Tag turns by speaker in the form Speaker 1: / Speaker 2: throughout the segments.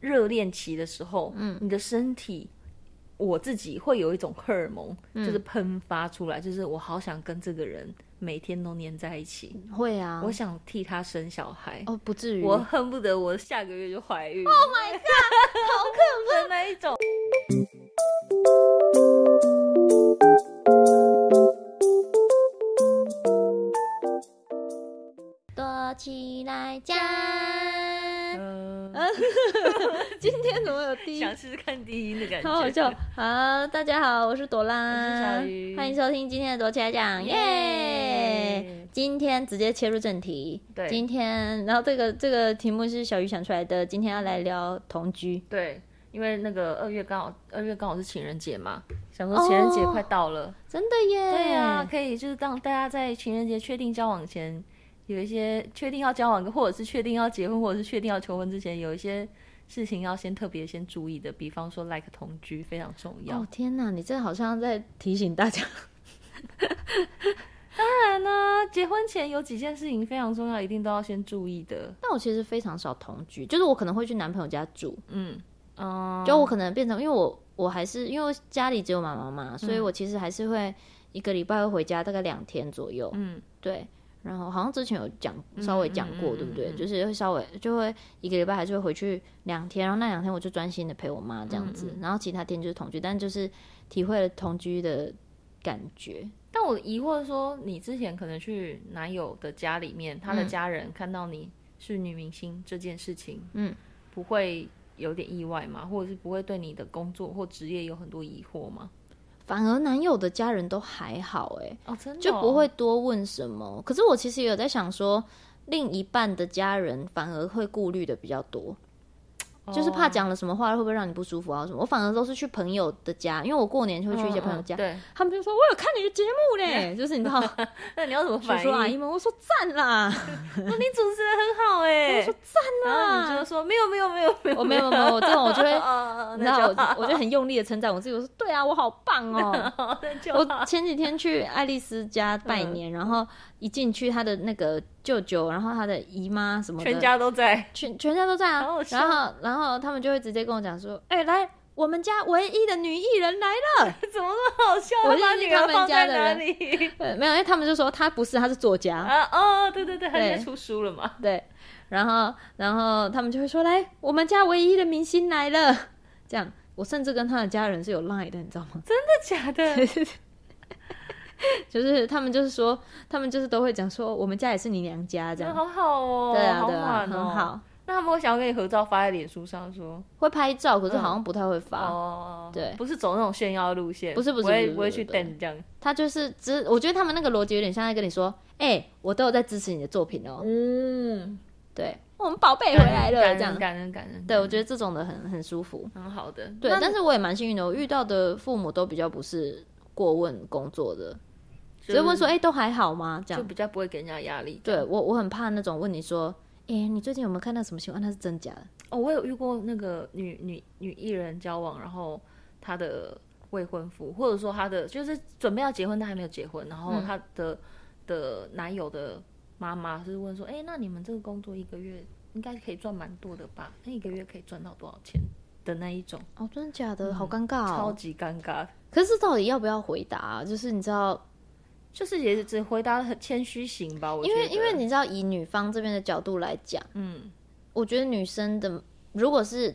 Speaker 1: 热恋期的时候，嗯，你的身体，我自己会有一种荷尔蒙，就是
Speaker 2: 嗯
Speaker 1: 喷发出来，就是我好想跟这个人每天都黏在一起，
Speaker 2: 会啊，
Speaker 1: 我想替他生小孩，
Speaker 2: 哦不至于，
Speaker 1: 我恨不得我下个月就怀孕
Speaker 2: Oh my god，好
Speaker 1: 的
Speaker 2: 可
Speaker 1: 那一种。
Speaker 2: 怕，躲起来讲。
Speaker 1: 嗯，
Speaker 2: 呃今天怎么有第一？
Speaker 1: 想试试看低音的感觉，
Speaker 2: 好好笑。好，大家好，我是朵
Speaker 1: 我
Speaker 2: 拉，
Speaker 1: 是小鱼
Speaker 2: 欢迎收听今天的躲起来讲，耶、
Speaker 1: 耶
Speaker 2: 今天直接切入正题，
Speaker 1: 对
Speaker 2: 今天，然后这个这个题目是小鱼想出来的，今天要来聊同居。
Speaker 1: 对，因为那个二月刚好，二月刚好是情人节嘛，想
Speaker 2: 哦
Speaker 1: 说情人节快到了，
Speaker 2: 真的耶！
Speaker 1: 对啊，可以就是让大家在情人节确定交往前，有一些确定要交往，或者是确定要结婚，或者是确定要求婚之前，有一些事情要先特别先注意的，比方说 like 同居非常重要。
Speaker 2: 哦天哪，你这好像在提醒大家。
Speaker 1: 当然呢、结婚前有几件事情非常重要，一定都要先注意的。
Speaker 2: 但我其实非常少同居，就是我可能会去男朋友家住，
Speaker 1: 嗯嗯，
Speaker 2: 就我可能变成，因为我我还是因为家里只有妈妈嘛，所以
Speaker 1: 嗯
Speaker 2: 我其实还是会一个礼拜会回家大概两天左右，
Speaker 1: 嗯
Speaker 2: 对。然后好像之前有讲，稍微讲过，
Speaker 1: 嗯嗯
Speaker 2: 对不
Speaker 1: 嗯
Speaker 2: 对？
Speaker 1: 嗯
Speaker 2: 就是会稍微就会一个礼拜还是会回去两天，然后那两天我就专心的陪我妈这样子，
Speaker 1: 嗯
Speaker 2: 然后其他天就是同居，但就是体会了同居的感觉。
Speaker 1: 但我疑惑说，你之前可能去男友的家里面，他的家人看到你是女明星这件事情，
Speaker 2: 嗯，
Speaker 1: 不会有点意外吗？或者是不会对你的工作或职业有很多疑惑吗？
Speaker 2: 反而男友的家人都还好、欸，
Speaker 1: 哦，真的
Speaker 2: 就不会多问什么。可是我其实有在想说，另一半的家人反而会顾虑的比较多，就是
Speaker 1: 哦
Speaker 2: 怕讲了什么话会不会让你不舒服啊什么。我反而都是去朋友的家，因为我过年就会去一些朋友家，
Speaker 1: 嗯对，
Speaker 2: 他们就说我有看你的节目 嘞，就是你知道，叔
Speaker 1: 那你要怎么反
Speaker 2: 叔阿
Speaker 1: 应？
Speaker 2: 姨们，我说赞 啦，
Speaker 1: 说你主持的很好哎、
Speaker 2: 说
Speaker 1: 然后啊你
Speaker 2: 赞啊
Speaker 1: 就
Speaker 2: 啦。
Speaker 1: 说没有没有没有没有，
Speaker 2: 我没有没有，没有我这种我就会，
Speaker 1: 哦，
Speaker 2: 你知
Speaker 1: 那
Speaker 2: 道，
Speaker 1: 就
Speaker 2: 我我就很用力的称赞我自己，我说对啊，我好 棒哦。
Speaker 1: 好，那就好
Speaker 2: 我前几天去爱丽丝家拜
Speaker 1: 嗯
Speaker 2: 年，然后一进去，她的那个舅舅，然后她的姨妈什么的，
Speaker 1: 全家哦都在，
Speaker 2: 全全家都在啊
Speaker 1: 好好。笑
Speaker 2: 然后然后他们就会直接跟我讲说，哎、来，我们家唯一的女艺人来了。
Speaker 1: 怎么那么好笑？
Speaker 2: 我
Speaker 1: 他把
Speaker 2: 认识
Speaker 1: 女儿
Speaker 2: 他们
Speaker 1: 放在
Speaker 2: 家的
Speaker 1: 哪
Speaker 2: 人
Speaker 1: 里？
Speaker 2: 对，没有，因为他们就说她不是，她是作家。
Speaker 1: 啊哦，对对对，他现在
Speaker 2: 对
Speaker 1: 出书了嘛？
Speaker 2: 对，然后然后他们就会说，来，我们家唯一的明星来了。这样，我甚至跟他的家人是有 line 的，你知道吗？
Speaker 1: 真的假 的？
Speaker 2: 就是他们就是说，他们就是都会讲说，我们家也是你娘家这
Speaker 1: 真的
Speaker 2: 样。
Speaker 1: 好好哦，
Speaker 2: 对啊，
Speaker 1: 好
Speaker 2: 对啊，
Speaker 1: 暖
Speaker 2: 很
Speaker 1: 哦，
Speaker 2: 好。。
Speaker 1: 那他们会想要跟你合照发在脸书上说，
Speaker 2: 会拍照，可是好像不太会发。
Speaker 1: 哦，
Speaker 2: 啊对
Speaker 1: 不是走那种炫耀路线，
Speaker 2: 不是不是
Speaker 1: 会
Speaker 2: 不是
Speaker 1: 不会去
Speaker 2: 不是
Speaker 1: d 这样，
Speaker 2: 他就是只，我觉得他们那个逻辑有点像在跟你说：“哎、我都有在支持你的作品哦。
Speaker 1: 嗯，
Speaker 2: 对，我们宝哎贝回来了，
Speaker 1: 感
Speaker 2: 这样
Speaker 1: 人。感人感人，
Speaker 2: 对，我觉
Speaker 1: 得
Speaker 2: 得这种的很很舒服。
Speaker 1: 很好的，
Speaker 2: 对，
Speaker 1: 那
Speaker 2: 但是我也蛮幸运的，我遇到的父母都比较不是过问工作的，
Speaker 1: 就
Speaker 2: 只会问说：“哎、都还好吗？”这
Speaker 1: 就
Speaker 2: 样。
Speaker 1: 比较不会给人家压力。
Speaker 2: 对我，我很怕那种问你说：“哎、你最近有没有看到什么新闻？那是真假的
Speaker 1: 哦，我有遇过那个女女女艺人交往，然后她的未婚夫，或者说她的就是准备要结婚，但还没有结婚，然
Speaker 2: 嗯
Speaker 1: 后她的、的男友的妈妈是问说，哎、那你们这个工作一个月应该可以赚蛮多的吧？那一个月可以赚到多少钱的那一种，？”
Speaker 2: 哦，真的假的？好尴尬
Speaker 1: 超
Speaker 2: 哦。
Speaker 1: 级尴尬。
Speaker 2: 可是到底要不要回答啊、就是你知道，
Speaker 1: 就是也只回答得很谦虚型吧，我觉
Speaker 2: 因为
Speaker 1: 得，
Speaker 2: 因为你知道，以女方这边的角度来讲，
Speaker 1: 嗯
Speaker 2: 我觉得女生的如果是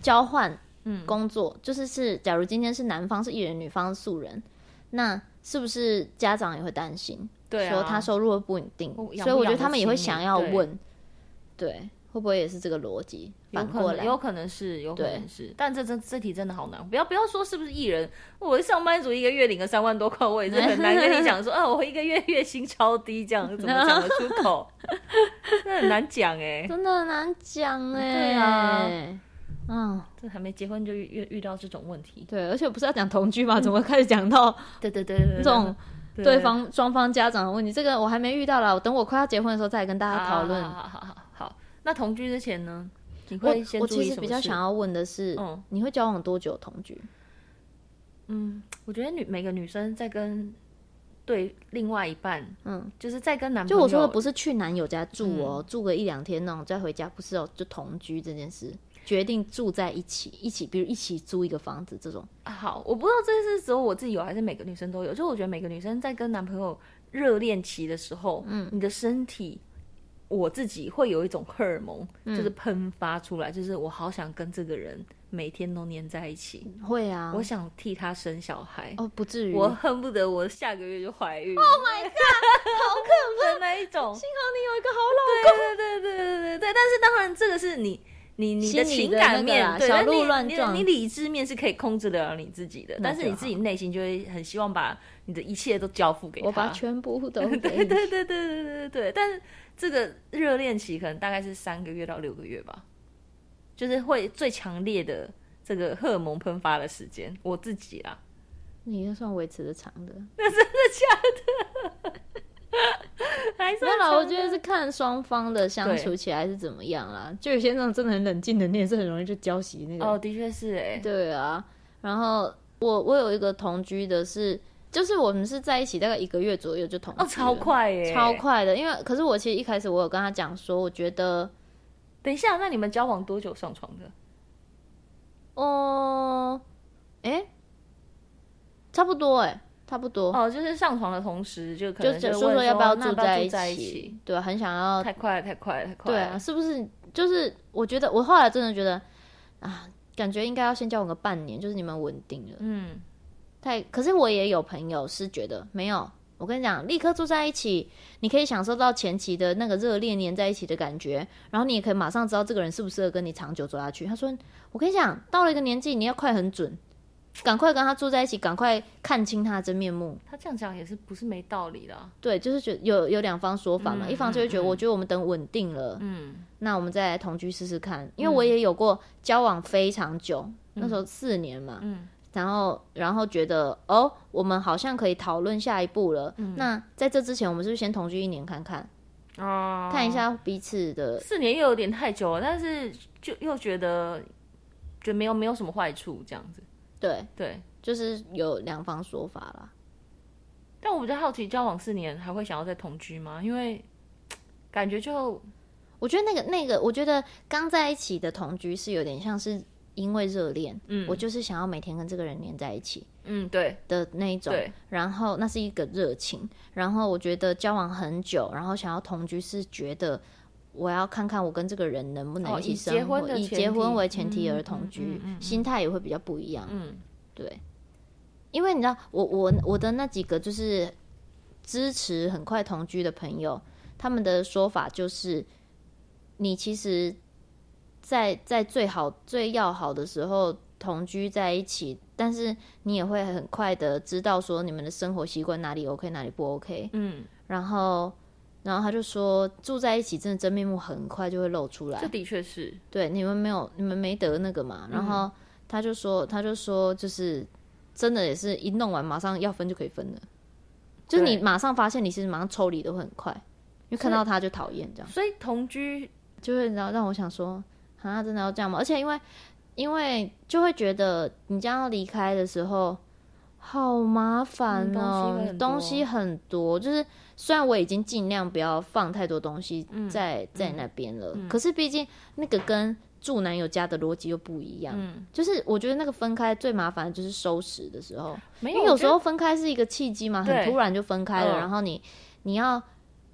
Speaker 2: 交换工作，就是是假如今天是男方是艺人，女方是素人，那是不是家长也会担心？
Speaker 1: 对啊
Speaker 2: 说他收入哦会不稳定，
Speaker 1: 我养不
Speaker 2: 所以我觉得他们也会
Speaker 1: 养得起
Speaker 2: 想
Speaker 1: 你
Speaker 2: 要
Speaker 1: 对
Speaker 2: 问，对，会不会也是这个逻辑
Speaker 1: 有
Speaker 2: 反
Speaker 1: 可
Speaker 2: 过
Speaker 1: 能
Speaker 2: 来？
Speaker 1: 有可能是，有可
Speaker 2: 对
Speaker 1: 能是，但这这这题真的好难。不要不要说是不是艺人，我上班族一个月领个三万多块，我也是很难跟你讲 说，啊，我一个月月薪超低，这样怎么讲得出口？ 那很难讲哎、
Speaker 2: 真的很难讲哎、
Speaker 1: 对啊
Speaker 2: 嗯，
Speaker 1: 这还没结婚就遇遇遇到这种问题。
Speaker 2: 对，而且不是要讲同居嘛，怎么开始讲 到
Speaker 1: 对对对对对，
Speaker 2: 这种
Speaker 1: 对
Speaker 2: 对方双方家长的问题？这个我还没遇到啦，我等我快要结婚的时候再来跟大家讨论。
Speaker 1: 好好好好好。那同居之前呢，你
Speaker 2: 我
Speaker 1: 会先
Speaker 2: 我
Speaker 1: 注
Speaker 2: 其
Speaker 1: 意
Speaker 2: 实
Speaker 1: 什么事？
Speaker 2: 比较想要问的是，
Speaker 1: 嗯
Speaker 2: 你会交往多久同居？
Speaker 1: 嗯，我觉得女每个女生在跟对另外一半，
Speaker 2: 嗯，
Speaker 1: 就是在跟男朋
Speaker 2: 就
Speaker 1: 友，嗯
Speaker 2: 我说的不是去男友家住哦，住个一两天那种再回家，不是哦，就同居这件事。决定住在一起，一起比如一起租一个房子这种，
Speaker 1: 好，我不知道这是只有我自己有，还是每个女生都有。就我觉得每个女生在跟男朋友热恋期的时候，嗯，你的身体，我自己会有一种荷尔蒙，就是喷发出来，就是我好想跟这个人每天都黏在一起，
Speaker 2: 会啊，
Speaker 1: 我想替他生小孩，
Speaker 2: 哦不至于，
Speaker 1: 我
Speaker 2: 好
Speaker 1: 恨不得我下个月就怀孕。Oh my
Speaker 2: 可
Speaker 1: god！的那一种，
Speaker 2: 你有一个好
Speaker 1: 对对对对对对对，但是当然这个是你你你
Speaker 2: 心里的
Speaker 1: 情感面，
Speaker 2: 那个啦
Speaker 1: 对，
Speaker 2: 小
Speaker 1: 但是
Speaker 2: 鹿
Speaker 1: 你
Speaker 2: 乱撞
Speaker 1: 你你理智面是可以控制得了你自己的，但是
Speaker 2: 就
Speaker 1: 你自己内心就会很希望把你的一切都交付给他。
Speaker 2: 我把全 部都给
Speaker 1: 对对
Speaker 2: 你，
Speaker 1: 对对对对对，但是这个热恋期可能大概是三个月到六个月吧，就是会最强烈的这个荷尔蒙喷发的时间。我自己啦，
Speaker 2: 你就算维持的长的。
Speaker 1: 还是
Speaker 2: 没有啦，
Speaker 1: 长
Speaker 2: 我觉得是看双方的相处起来是怎么样啦。就有些那种真的很冷静的，你也是很容易就交习那个。
Speaker 1: 哦，的确是哎、
Speaker 2: 对啊，然后我我有一个同居的是，就是我们是在一起大概一个月左右就同居了
Speaker 1: 哦，超、快哎、
Speaker 2: 超。快的。因为可是我其实一开始我有跟他讲说，我觉得，
Speaker 1: 等一下，那你们交往多久上床的？
Speaker 2: 哦、诶，差不多诶，差不多，
Speaker 1: 哦，就是上床的同时就可
Speaker 2: 就
Speaker 1: 能
Speaker 2: 只
Speaker 1: 就
Speaker 2: 说
Speaker 1: 问
Speaker 2: 要不要
Speaker 1: 那要
Speaker 2: 住
Speaker 1: 不要
Speaker 2: 一
Speaker 1: 住在
Speaker 2: 起，对，啊很想要
Speaker 1: 太快了，太快了，太快
Speaker 2: 对
Speaker 1: 了。
Speaker 2: 啊，是不是？就是我觉得我后来真的觉得啊，感觉应该要先交往个半年，就是你们稳定了。
Speaker 1: 嗯，
Speaker 2: 太，可是我也有朋友是觉得没有。我跟你讲，立刻住在一起，你可以享受到前期的那个热恋黏在一起的感觉，然后你也可以马上知道这个人适不适合跟你长久走下去。他说：“我跟你讲，到了一个年纪，你要快很准，赶快跟他住在一起，赶快看清他的真面目。”
Speaker 1: 他这样讲也是不是没道理啦。
Speaker 2: 对，就是觉得有有两方说法嘛，
Speaker 1: 嗯
Speaker 2: 一方就会觉得，
Speaker 1: 嗯嗯
Speaker 2: 我觉得我们等稳定了，
Speaker 1: 嗯，
Speaker 2: 那我们再来同居试试看。因为我也有过交往非常久，那时候四年嘛，
Speaker 1: 嗯
Speaker 2: 然后然后觉得哦，我们好像可以讨论下一步了。那在这之前，我们是不是先同居一年看看，
Speaker 1: 嗯哦，
Speaker 2: 看一下彼此的？
Speaker 1: 四年又有点太久了，但是就又觉得觉得没有没有什么坏处这样子。
Speaker 2: 对，
Speaker 1: 对，
Speaker 2: 就是有两方说法啦。
Speaker 1: 但我比较好奇，交往四年还会想要再同居吗？因为感觉就
Speaker 2: 我觉得那个那个，我觉得刚在一起的同居是有点像是因为热恋，
Speaker 1: 嗯
Speaker 2: 我就是想要每天跟这个人黏在一起。
Speaker 1: 嗯对
Speaker 2: 的那一种
Speaker 1: 对，
Speaker 2: 然后那是一个热情，然后我觉得交往很久，然后想要同居是觉得我要看看我跟这个人能不
Speaker 1: 哦
Speaker 2: 能一
Speaker 1: 以
Speaker 2: 起生
Speaker 1: 结
Speaker 2: 活，
Speaker 1: 婚的
Speaker 2: 以
Speaker 1: 前
Speaker 2: 结婚
Speaker 1: 提
Speaker 2: 为前提
Speaker 1: 嗯
Speaker 2: 而
Speaker 1: 嗯
Speaker 2: 同
Speaker 1: 嗯
Speaker 2: 居，
Speaker 1: 嗯嗯嗯
Speaker 2: 心态也会比较不一样，
Speaker 1: 嗯
Speaker 2: 对，因为你知道我我我的那几个就是支持很快同居的朋友，他们的说法就是，你其实在在最好最要好的时候同居在一起，但是你也会很快的知道说你们的生活习惯哪里 OK 哪里不 OK，
Speaker 1: 嗯，
Speaker 2: 然后然后他就说住在一起真的真面目很快就会露出来
Speaker 1: 这，的确是
Speaker 2: 对，你们没有，你们没得那个
Speaker 1: 嗯
Speaker 2: 嘛。然后他就说，他就说，就是真的也是一弄完马上要分就可以分了，就是
Speaker 1: 对
Speaker 2: 你马上发现你是马上抽离的会很快，因为看到他就讨厌这样，
Speaker 1: 所以同居
Speaker 2: 就会然后让我想说，啊，真的要这样吗？而且因为因为就会觉得你这样要离开的时候。好麻烦哦、
Speaker 1: 嗯
Speaker 2: 东
Speaker 1: 东
Speaker 2: 西
Speaker 1: 西
Speaker 2: 很多，就是虽然我已经尽量不要放太多东西在、在那边了，可是毕竟那个跟住男友家的逻辑又不一样。
Speaker 1: 嗯
Speaker 2: 就是我觉得那个分开最麻烦的就是收拾的时候，
Speaker 1: 没
Speaker 2: 因为
Speaker 1: 有
Speaker 2: 有
Speaker 1: 我觉
Speaker 2: 时
Speaker 1: 得
Speaker 2: 候分开是一个契机嘛，很
Speaker 1: 对
Speaker 2: 突然就分开了，
Speaker 1: 嗯
Speaker 2: 然后你你要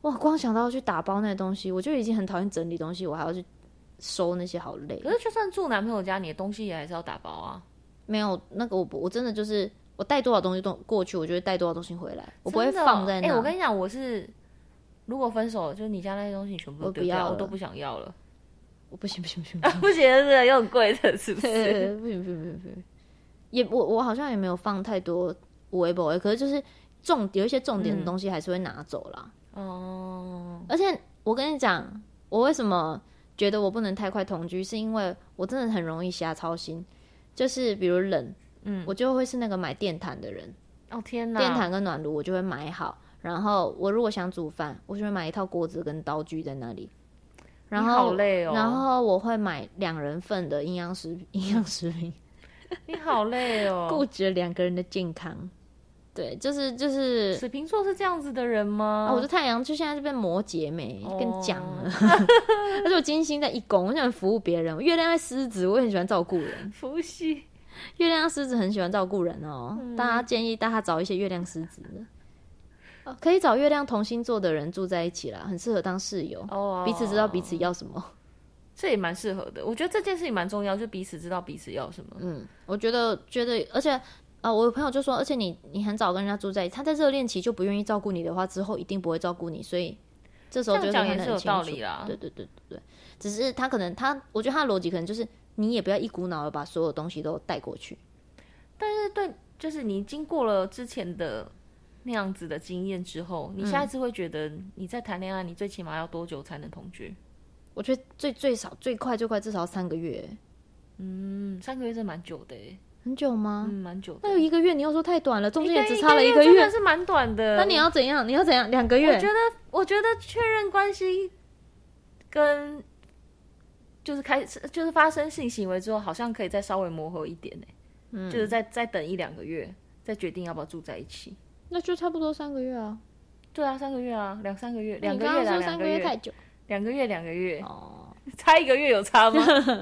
Speaker 2: 哇，光想到要去打包那些东西，我就已经很讨厌整理东西，我还要去收那些，好累
Speaker 1: 可。是就算住男朋友家，你的东西也还是要打包啊。
Speaker 2: 没有那个我不，我真的就是我带多少东西都过去，我就会带多少东西回来，我不会
Speaker 1: 真的哦
Speaker 2: 放在那。
Speaker 1: 哎、我跟你讲，我是如果分手了，就是你家那些东西你全部
Speaker 2: 我
Speaker 1: 都
Speaker 2: 不
Speaker 1: 丢掉，
Speaker 2: 要
Speaker 1: 我
Speaker 2: 了
Speaker 1: 都不想要了。
Speaker 2: 我不行不行不行，不
Speaker 1: 啊
Speaker 2: 行
Speaker 1: 不行，是的又很贵的，是不
Speaker 2: 不
Speaker 1: 是？
Speaker 2: 行不行不行不行，也我我好像也没有放太多微博，可是就是重有一些重点的
Speaker 1: 嗯
Speaker 2: 东西还是会拿走啦。
Speaker 1: 哦，
Speaker 2: 而且我跟你讲，我为什么觉得我不能太快同居，是因为我真的很容易瞎操心。就是比如冷，
Speaker 1: 嗯
Speaker 2: 我就会是那个买电毯的人，
Speaker 1: 哦天哪，
Speaker 2: 电毯跟暖炉我就会买好。然后我如果想煮饭，我就会买一套锅子跟刀具在那里。然
Speaker 1: 你
Speaker 2: 后
Speaker 1: 好累哦
Speaker 2: 然后我会买两人份的营养食营养食品，
Speaker 1: 你好累哦。
Speaker 2: 顾及了两个人的健康。对，就是就是
Speaker 1: 水瓶座是这样子的人吗？
Speaker 2: 啊，我的太阳就现在就变摩羯没，跟你讲了。 而且我金星在一宫，我想服务别人。月亮在狮子，我也很喜欢照顾人。
Speaker 1: 伏羲，
Speaker 2: 月亮狮子很喜欢照顾人哦，大家建议大家找一些月亮狮子的。哦可以找月亮同星座的人住在一起啦，很适合当室友，
Speaker 1: 哦
Speaker 2: 彼此知道彼此要什么。
Speaker 1: 这也蛮适合的。我觉得这件事情蛮重要，就彼此知道彼此要什么。
Speaker 2: 嗯，我觉得觉得，而且呃，我有朋友就说，而且你你很早跟人家住在一起，他在热恋期就不愿意照顾你的话，之后一定不会照顾你，所以这时候
Speaker 1: 这
Speaker 2: 就
Speaker 1: 样讲
Speaker 2: 是看得
Speaker 1: 也是
Speaker 2: 很
Speaker 1: 有
Speaker 2: 清
Speaker 1: 道
Speaker 2: 楚
Speaker 1: 理啦
Speaker 2: 对对对对对，只是他可能他，我觉得他的逻辑可能就是你也不要一股脑的把所有东西都带过去。
Speaker 1: 但是对，就是你经过了之前的那样子的经验之后，你
Speaker 2: 嗯
Speaker 1: 下一次会觉得你在谈恋爱，你最起码要多久才能同居？
Speaker 2: 我觉得最最少最快最快至少要三个月，
Speaker 1: 嗯，三个月真的蛮久的欸，
Speaker 2: 很久吗？
Speaker 1: 嗯，蛮久的。
Speaker 2: 那有一个月，你又说太短了，中间也只差了
Speaker 1: 一
Speaker 2: 个
Speaker 1: 真的
Speaker 2: 月。
Speaker 1: 是蛮短的。
Speaker 2: 那你要怎样？你要怎样？两个月？
Speaker 1: 我觉得，我觉得确认关系跟就是开始就是发生性行为之后，好像可以再稍微磨合一点呢、嗯，就是再再等一两个月，再决定要不要住在一起。
Speaker 2: 那就差不多三个月啊。
Speaker 1: 对啊，三个月啊，两三个月，两
Speaker 2: 你
Speaker 1: 个
Speaker 2: 刚
Speaker 1: 月啦，
Speaker 2: 刚说
Speaker 1: 两
Speaker 2: 三
Speaker 1: 个
Speaker 2: 个月太
Speaker 1: 月，
Speaker 2: 久
Speaker 1: 两个月，两个月，
Speaker 2: 哦。
Speaker 1: 差一个月有差吗？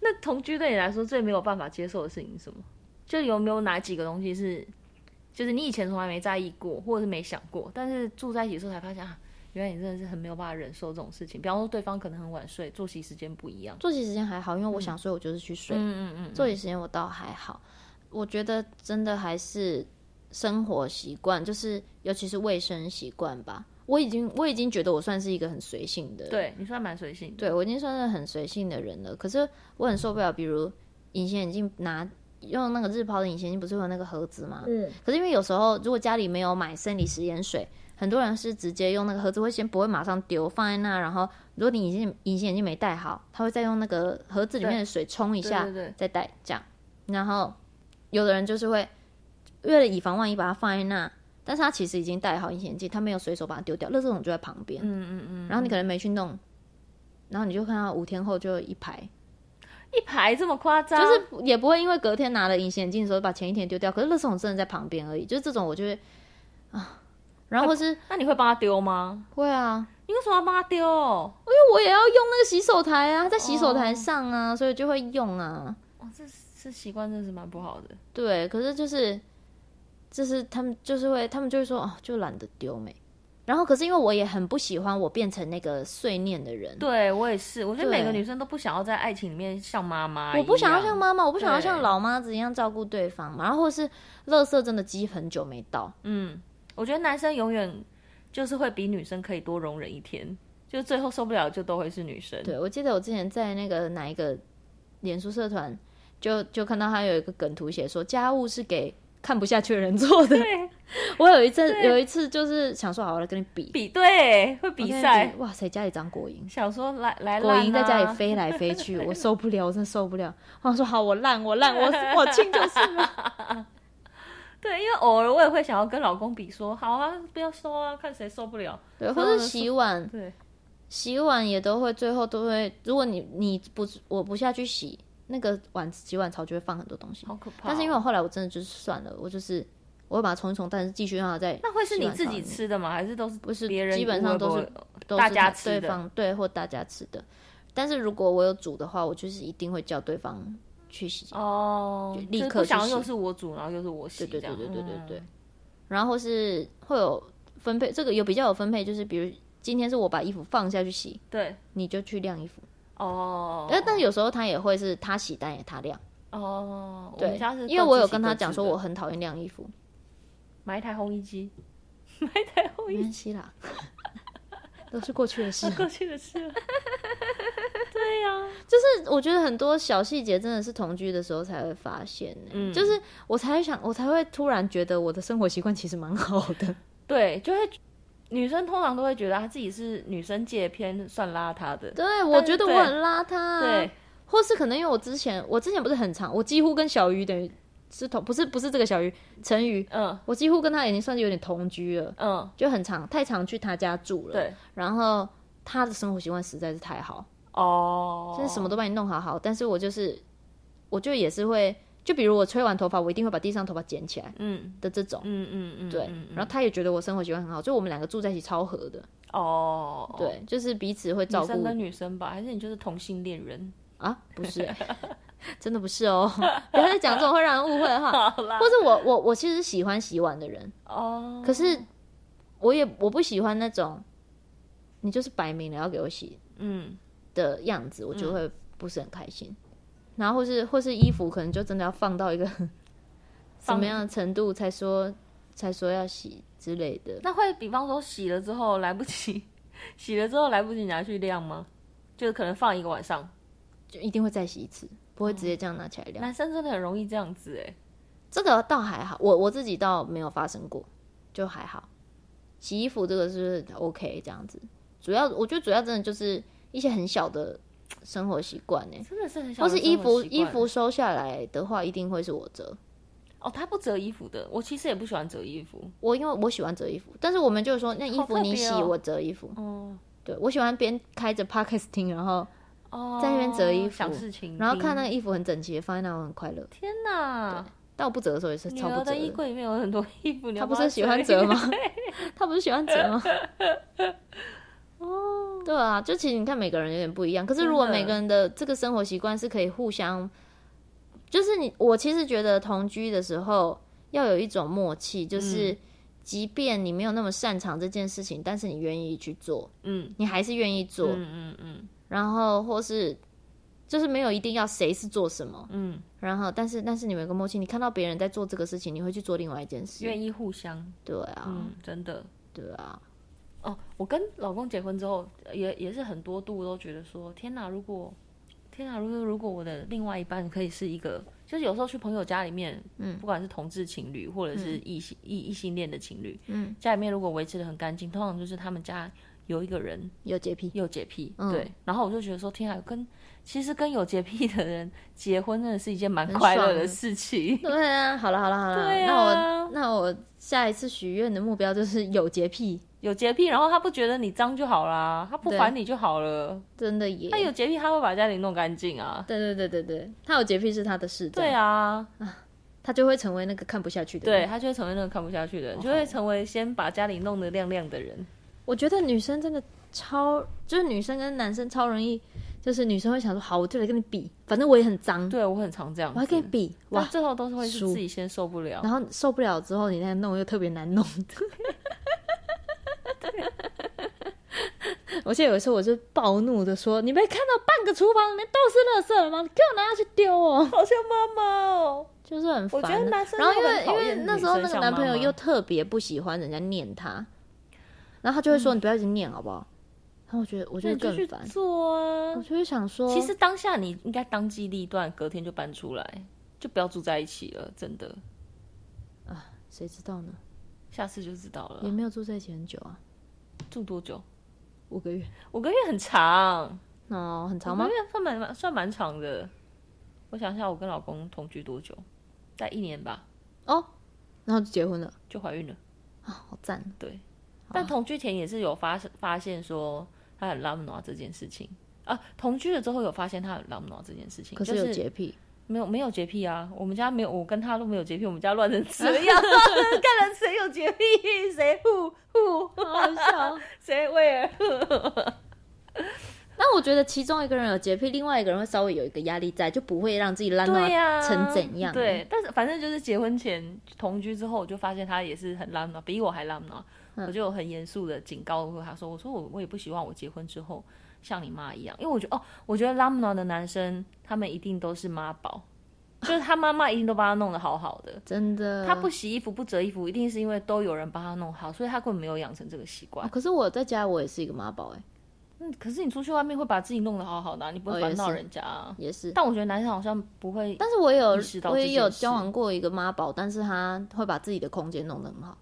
Speaker 1: 那同居对你来说最没有办法接受的事情是什么？就有没有哪几个东西是，就是你以前从来没在意过，或者是没想过，但是住在一起之后才发现啊，原来你真的是很没有办法忍受这种事情。比方说对方可能很晚睡，作息时间不一样。
Speaker 2: 作息时间还好，因为我想睡，我就是去睡。
Speaker 1: 嗯嗯
Speaker 2: 作息时间我倒还好，我觉得真的还是生活习惯，就是尤其是卫生习惯吧。我已经我已经觉得我算是一个很随性的，
Speaker 1: 对你算蛮随性的。
Speaker 2: 对我已经算是很随性的人了。可是我很受不了，比如隐形眼镜拿用那个日抛的隐形眼镜，不是会有那个盒子吗？
Speaker 1: 嗯，
Speaker 2: 可是因为有时候如果家里没有买生理食盐水，很多人是直接用那个盒子，会先不会马上丢，放在那，然后如果你隐形隐形眼镜没戴好，他会再用那个盒子里面的水冲一下，
Speaker 1: 对对对
Speaker 2: 再戴这样。然后有的人就是会为了以防万一把它放在那，但是他其实已经戴好隐形眼镜，他没有随手把它丢掉，垃圾桶就在旁边。嗯嗯嗯。然后你可能没去弄，然后你就看到五天后就一排。
Speaker 1: 一排这么夸张，
Speaker 2: 就是也不会因为隔天拿了隐形眼镜的时候把前一天丢掉，可是垃圾桶真的在旁边而已，就是这种我就会啊，然后或是
Speaker 1: 那你会帮他丢吗？
Speaker 2: 会啊，
Speaker 1: 你为什么要帮他丢？哦
Speaker 2: 因为我也要用那个洗手台啊，在洗手台上啊，所以就会用啊，
Speaker 1: 哦，这这习惯真的是蛮不好的。
Speaker 2: 对，可是就是就是他们就是会，他们就会说哦，就懒得丢没，然后可是因为我也很不喜欢我变成那个碎念的人，
Speaker 1: 对我也是，我觉得
Speaker 2: 对
Speaker 1: 每个女生都不想要在爱情里面像妈妈一样，
Speaker 2: 我不想要像妈妈，我不想要像
Speaker 1: 对
Speaker 2: 老妈子一样照顾对方嘛，然后或是垃圾真的积很久没倒，
Speaker 1: 嗯，我觉得男生永远就是会比女生可以多容忍一天，就最后受不了就都会是女生。
Speaker 2: 对，我记得我之前在那个哪一个脸书社团，就就看到他有一个梗图写说，家务是给看不下去的人 做的。我有一阵有一次就是想说，好，我来跟你比
Speaker 1: 比对会比赛，，
Speaker 2: 哇塞，家里长果蝇，
Speaker 1: 想说来来
Speaker 2: 果
Speaker 1: 烂
Speaker 2: 蝇在家
Speaker 1: 啊
Speaker 2: 里飞来飞去，我受不了，我真的受不了。我想说好，我烂，我烂，我我亲就是 了。
Speaker 1: 对，因为偶尔我也会想要跟老公比说，好啊，不要收啊，看谁受不了。
Speaker 2: 对，或者洗碗，
Speaker 1: 对，
Speaker 2: 洗碗也都会最后都会，如果你你不我不下去洗，那个碗洗碗槽就会放很多东西。
Speaker 1: 好可怕哦、
Speaker 2: 但是因为我后来我真的就是算了，我就是我会把它冲一冲，但是继续让它在
Speaker 1: 那会是你
Speaker 2: 洗碗槽
Speaker 1: 自
Speaker 2: 里
Speaker 1: 己
Speaker 2: 面，
Speaker 1: 吃的吗？还是都是
Speaker 2: 不是
Speaker 1: 别人？
Speaker 2: 基本上都是都是
Speaker 1: 大家
Speaker 2: 他
Speaker 1: 吃
Speaker 2: 对
Speaker 1: 的
Speaker 2: 方对或大家吃的。但是如果我有煮的话，我就是一定会叫对方去洗。
Speaker 1: 哦，
Speaker 2: 就
Speaker 1: 就是
Speaker 2: 立刻
Speaker 1: 不
Speaker 2: 去
Speaker 1: 想要
Speaker 2: 洗
Speaker 1: 又是我煮，然后又是我洗，
Speaker 2: 对对对
Speaker 1: 这
Speaker 2: 对
Speaker 1: 样
Speaker 2: 对对对
Speaker 1: 嗯。
Speaker 2: 然后是会有分配，这个有比较有分配，就是比如今天是我把衣服放下去洗，
Speaker 1: 对
Speaker 2: 你就去晾衣服。
Speaker 1: 哦。
Speaker 2: 呃但但是有时候他也会是他洗，但也他晾。
Speaker 1: 哦，我
Speaker 2: 对
Speaker 1: 们家是，
Speaker 2: 因为
Speaker 1: 各自
Speaker 2: 我有
Speaker 1: 洗
Speaker 2: 跟
Speaker 1: 各
Speaker 2: 他
Speaker 1: 自
Speaker 2: 讲说
Speaker 1: 的
Speaker 2: 我很讨厌晾衣服，
Speaker 1: 买一台烘衣 机，嗯买一台烘
Speaker 2: 没
Speaker 1: 衣
Speaker 2: 关系啦， 都是过去的事啊
Speaker 1: 机。 过去的事 了。对呀、
Speaker 2: 就是我觉得很多小细节真的是同居的时候才会发现、欸，
Speaker 1: 嗯
Speaker 2: 就是我才会想，我才会突然觉得我的生活习惯其实蛮好的，
Speaker 1: 对，就会女生通常都会觉得她自己是女生界偏算邋遢的。
Speaker 2: 对啊我觉得
Speaker 1: 对
Speaker 2: 我很邋遢、啊
Speaker 1: 对，，
Speaker 2: 或是可能因为我之前我之前不是很长，我几乎跟小鱼等于是同，不是不是这个小鱼，陈鱼，
Speaker 1: 嗯
Speaker 2: 我几乎跟他已经算是有点同居了，
Speaker 1: 嗯，
Speaker 2: 就很长，太常去他家住了，
Speaker 1: 对，
Speaker 2: 然后他的生活习惯实在是太好，
Speaker 1: 哦，
Speaker 2: 就是什么都帮你弄好好，但是我就是，我就也是会就比如我吹完头发，我一定会把地上头发捡起来
Speaker 1: 嗯
Speaker 2: 的这种。
Speaker 1: 嗯嗯嗯，
Speaker 2: 对
Speaker 1: 嗯，嗯
Speaker 2: 然后他也觉得我生活习惯很好，就我们两个住在一起超合的，
Speaker 1: 哦，
Speaker 2: 对，就是彼此会照
Speaker 1: 女生
Speaker 2: 顾
Speaker 1: 跟女生吧，还是你就是同性恋人？
Speaker 2: 啊，不 是欸、真的不是哦，不要再讲这种会让人误会的 话。
Speaker 1: 好啦
Speaker 2: 或，者我我我其实喜欢洗碗的人，
Speaker 1: 哦，
Speaker 2: 可是我也我不喜欢那种你就是摆明了要给我洗
Speaker 1: 嗯，
Speaker 2: 的样子，我就会不是很开心。然后或是或是衣服可能就真的要放到 一个什
Speaker 1: 放
Speaker 2: 么样的程度才说才说要洗之类的。
Speaker 1: 那会比方说洗了之后来不及， 洗了之后来不及拿去晾吗？就是可能放一个晚上，
Speaker 2: 就一定会再洗一次，不会直接这样拿起来晾。
Speaker 1: 男生真的很容易这样子哎、
Speaker 2: 这个倒还好，我我自己倒没有发生过，就还好。洗衣服这个是 OK 这样子，主要我觉得主要真的就是一些很小的嘖生活习惯呢，
Speaker 1: 真的是很小
Speaker 2: 或
Speaker 1: 的
Speaker 2: 哎是
Speaker 1: 生活
Speaker 2: 衣服
Speaker 1: 习
Speaker 2: 衣
Speaker 1: 惯
Speaker 2: 服收下来的话，一定会是我折。
Speaker 1: 哦，他不折衣服的，我其实也不喜欢折衣服。
Speaker 2: 我因为我喜欢折衣服，但是我们就是说，那衣
Speaker 1: 好
Speaker 2: 服
Speaker 1: 特
Speaker 2: 你
Speaker 1: 别
Speaker 2: 洗，
Speaker 1: 哦
Speaker 2: 我折衣服。
Speaker 1: 哦
Speaker 2: 对我喜欢边开着 podcast 听，然后
Speaker 1: 哦，
Speaker 2: 在那边折衣服
Speaker 1: 想事情，
Speaker 2: 然后看那
Speaker 1: 个。
Speaker 2: 个衣服很整齐，放在那我很快乐。
Speaker 1: 天哪，
Speaker 2: 但我不折的时候也是
Speaker 1: 女
Speaker 2: 超不
Speaker 1: 儿
Speaker 2: 折
Speaker 1: 的衣柜里面有很多衣服，你
Speaker 2: 他
Speaker 1: 要
Speaker 2: 不
Speaker 1: 帮她
Speaker 2: 是喜欢
Speaker 1: 一
Speaker 2: 折
Speaker 1: 个
Speaker 2: 吗？ 他不是喜欢折吗？哦，对啊，就其实你看每个人有点不一样，可是如果
Speaker 1: 真的
Speaker 2: 每个人的这个生活习惯是可以互相，就是你我其实觉得同居的时候要有一种默契，就是
Speaker 1: 嗯
Speaker 2: 即便你没有那么擅长这件事情，但是你愿意去做，
Speaker 1: 嗯
Speaker 2: 你还是愿意做，
Speaker 1: 嗯嗯嗯
Speaker 2: 然后或是就是没有一定要谁是做什么，
Speaker 1: 嗯，
Speaker 2: 然后但是但是你们有个默契，你看到别人在做这个事情，你会去做另外一件事，
Speaker 1: 愿意互相，
Speaker 2: 对啊，
Speaker 1: 嗯，真的。
Speaker 2: 对啊，
Speaker 1: 哦，我跟老公结婚之后，也也是很多度都觉得说，天哪，如果天哪，如果如果我的另外一半可以是一个，就是有时候去朋友家里面，嗯，不管是同志情侣或者是异性异异性恋的情侣，
Speaker 2: 嗯，
Speaker 1: 家里面如果维持的很干净，通常就是他们家有一个人
Speaker 2: 有洁癖。
Speaker 1: 有洁癖，
Speaker 2: 嗯
Speaker 1: 对，然后我就觉得说，天啊，跟其实跟有洁癖的人结婚真的是一件蛮
Speaker 2: 很
Speaker 1: 快乐
Speaker 2: 爽啊
Speaker 1: 的
Speaker 2: 的
Speaker 1: 事情，
Speaker 2: 对啊，好了好了好了，
Speaker 1: 对啊
Speaker 2: 那我那我下一次许愿的目标就是有洁癖，
Speaker 1: 有洁癖，然后他不觉得你脏就好啦，他不
Speaker 2: 对
Speaker 1: 烦你就好了，
Speaker 2: 真的耶。
Speaker 1: 他有洁癖，他会把家里弄干净啊。
Speaker 2: 对对对对对，他有洁癖是他的事，这
Speaker 1: 对
Speaker 2: 样，
Speaker 1: 啊，嗯
Speaker 2: 他就会成为那个看不下去的
Speaker 1: 对
Speaker 2: 人。，
Speaker 1: 他就会成为那个看不下去的人，就会成为先把家里弄得亮亮的人。
Speaker 2: 我觉得女生真的超，就是女生跟男生超容易，就是女生会想说，好，我就来跟你比，反正我也很脏，
Speaker 1: 对我很常这样子，
Speaker 2: 我还跟你比，
Speaker 1: 但
Speaker 2: 哇，
Speaker 1: 最后都是会是
Speaker 2: 输
Speaker 1: 自己先受不了。
Speaker 2: 然后受不了之后，你再弄又特别难弄。我记得有一次，我就暴怒的说：“你没看到半个厨房里面都是垃圾了吗？你给我拿下去丢哦
Speaker 1: 好像妈妈哦，！”
Speaker 2: 就是很
Speaker 1: 我
Speaker 2: 烦
Speaker 1: 觉
Speaker 2: 啊。
Speaker 1: 得男生
Speaker 2: 然后因
Speaker 1: 都很
Speaker 2: 为因
Speaker 1: 讨
Speaker 2: 为
Speaker 1: 厌
Speaker 2: 那
Speaker 1: 女
Speaker 2: 时候
Speaker 1: 生
Speaker 2: 那个
Speaker 1: 像
Speaker 2: 男
Speaker 1: 妈
Speaker 2: 朋友
Speaker 1: 妈
Speaker 2: 又特别不喜欢人家念他，然后他就会说：“你不要一直念好不好？”然后我觉得我觉
Speaker 1: 嗯那
Speaker 2: 得
Speaker 1: 你就
Speaker 2: 更
Speaker 1: 去
Speaker 2: 烦，
Speaker 1: 做
Speaker 2: 我
Speaker 1: 啊。
Speaker 2: 就会想说，
Speaker 1: 其实当下你应该当机立断，隔天就搬出来，就不要住在一起了，真的。
Speaker 2: 啊谁知道呢？
Speaker 1: 下次就知道了
Speaker 2: 也。没有住在一起很久啊，
Speaker 1: 住多久？
Speaker 2: 五个月
Speaker 1: 五个月很长，
Speaker 2: 哦，很
Speaker 1: 五
Speaker 2: 长
Speaker 1: 个
Speaker 2: 吗
Speaker 1: 月？算蛮算蛮长的。我想一下，我跟老公同居多久？在一年吧，
Speaker 2: 哦，然后就结婚了
Speaker 1: 就怀孕了。
Speaker 2: 啊，好赞！
Speaker 1: 对，但同居前也是有发发现说他很拉姆诺这件事情啊，同居了之后有发现他很拉姆诺这件事情，
Speaker 2: 可
Speaker 1: 就是
Speaker 2: 有洁癖。
Speaker 1: 没有没有洁癖啊，我们家没有，我跟他都没有洁癖，我们家乱成 这样，看人谁有洁癖，谁护护，
Speaker 2: 好笑。
Speaker 1: 谁威尔，
Speaker 2: 但我觉得其中一个人有洁癖，另外一个人会稍微有一个压力在，就不会让自己烂到
Speaker 1: 对呀、
Speaker 2: 成怎样。
Speaker 1: 对，但是反正就是结婚前同居之后，我就发现他也是很拉姆诺，比我还拉姆诺。
Speaker 2: 嗯
Speaker 1: 我就很严肃的警告过他说：“我说我我也不希望我结婚之后像你妈一样，因为我觉得哦，我觉得拉姆诺的男生他们一定都是妈宝，就是他妈妈一定都帮他弄得好好的。
Speaker 2: 真的。哦
Speaker 1: 他不洗衣服不折衣服，一定是因为都有人帮他弄好，所以他根本没有养成这个习惯
Speaker 2: 哦、。可是我在家我也是一个妈宝哎，
Speaker 1: 嗯，可是你出去外面会把自己弄得好好的啊、你不会
Speaker 2: 哦也
Speaker 1: 烦
Speaker 2: 是
Speaker 1: 到人家、啊。
Speaker 2: 也是。
Speaker 1: 但我觉得男生好像不会，
Speaker 2: 但是我有
Speaker 1: 意识到
Speaker 2: 我也
Speaker 1: 这件
Speaker 2: 有
Speaker 1: 事
Speaker 2: 交往过一个妈宝，但是他会把自己的空间弄得很好。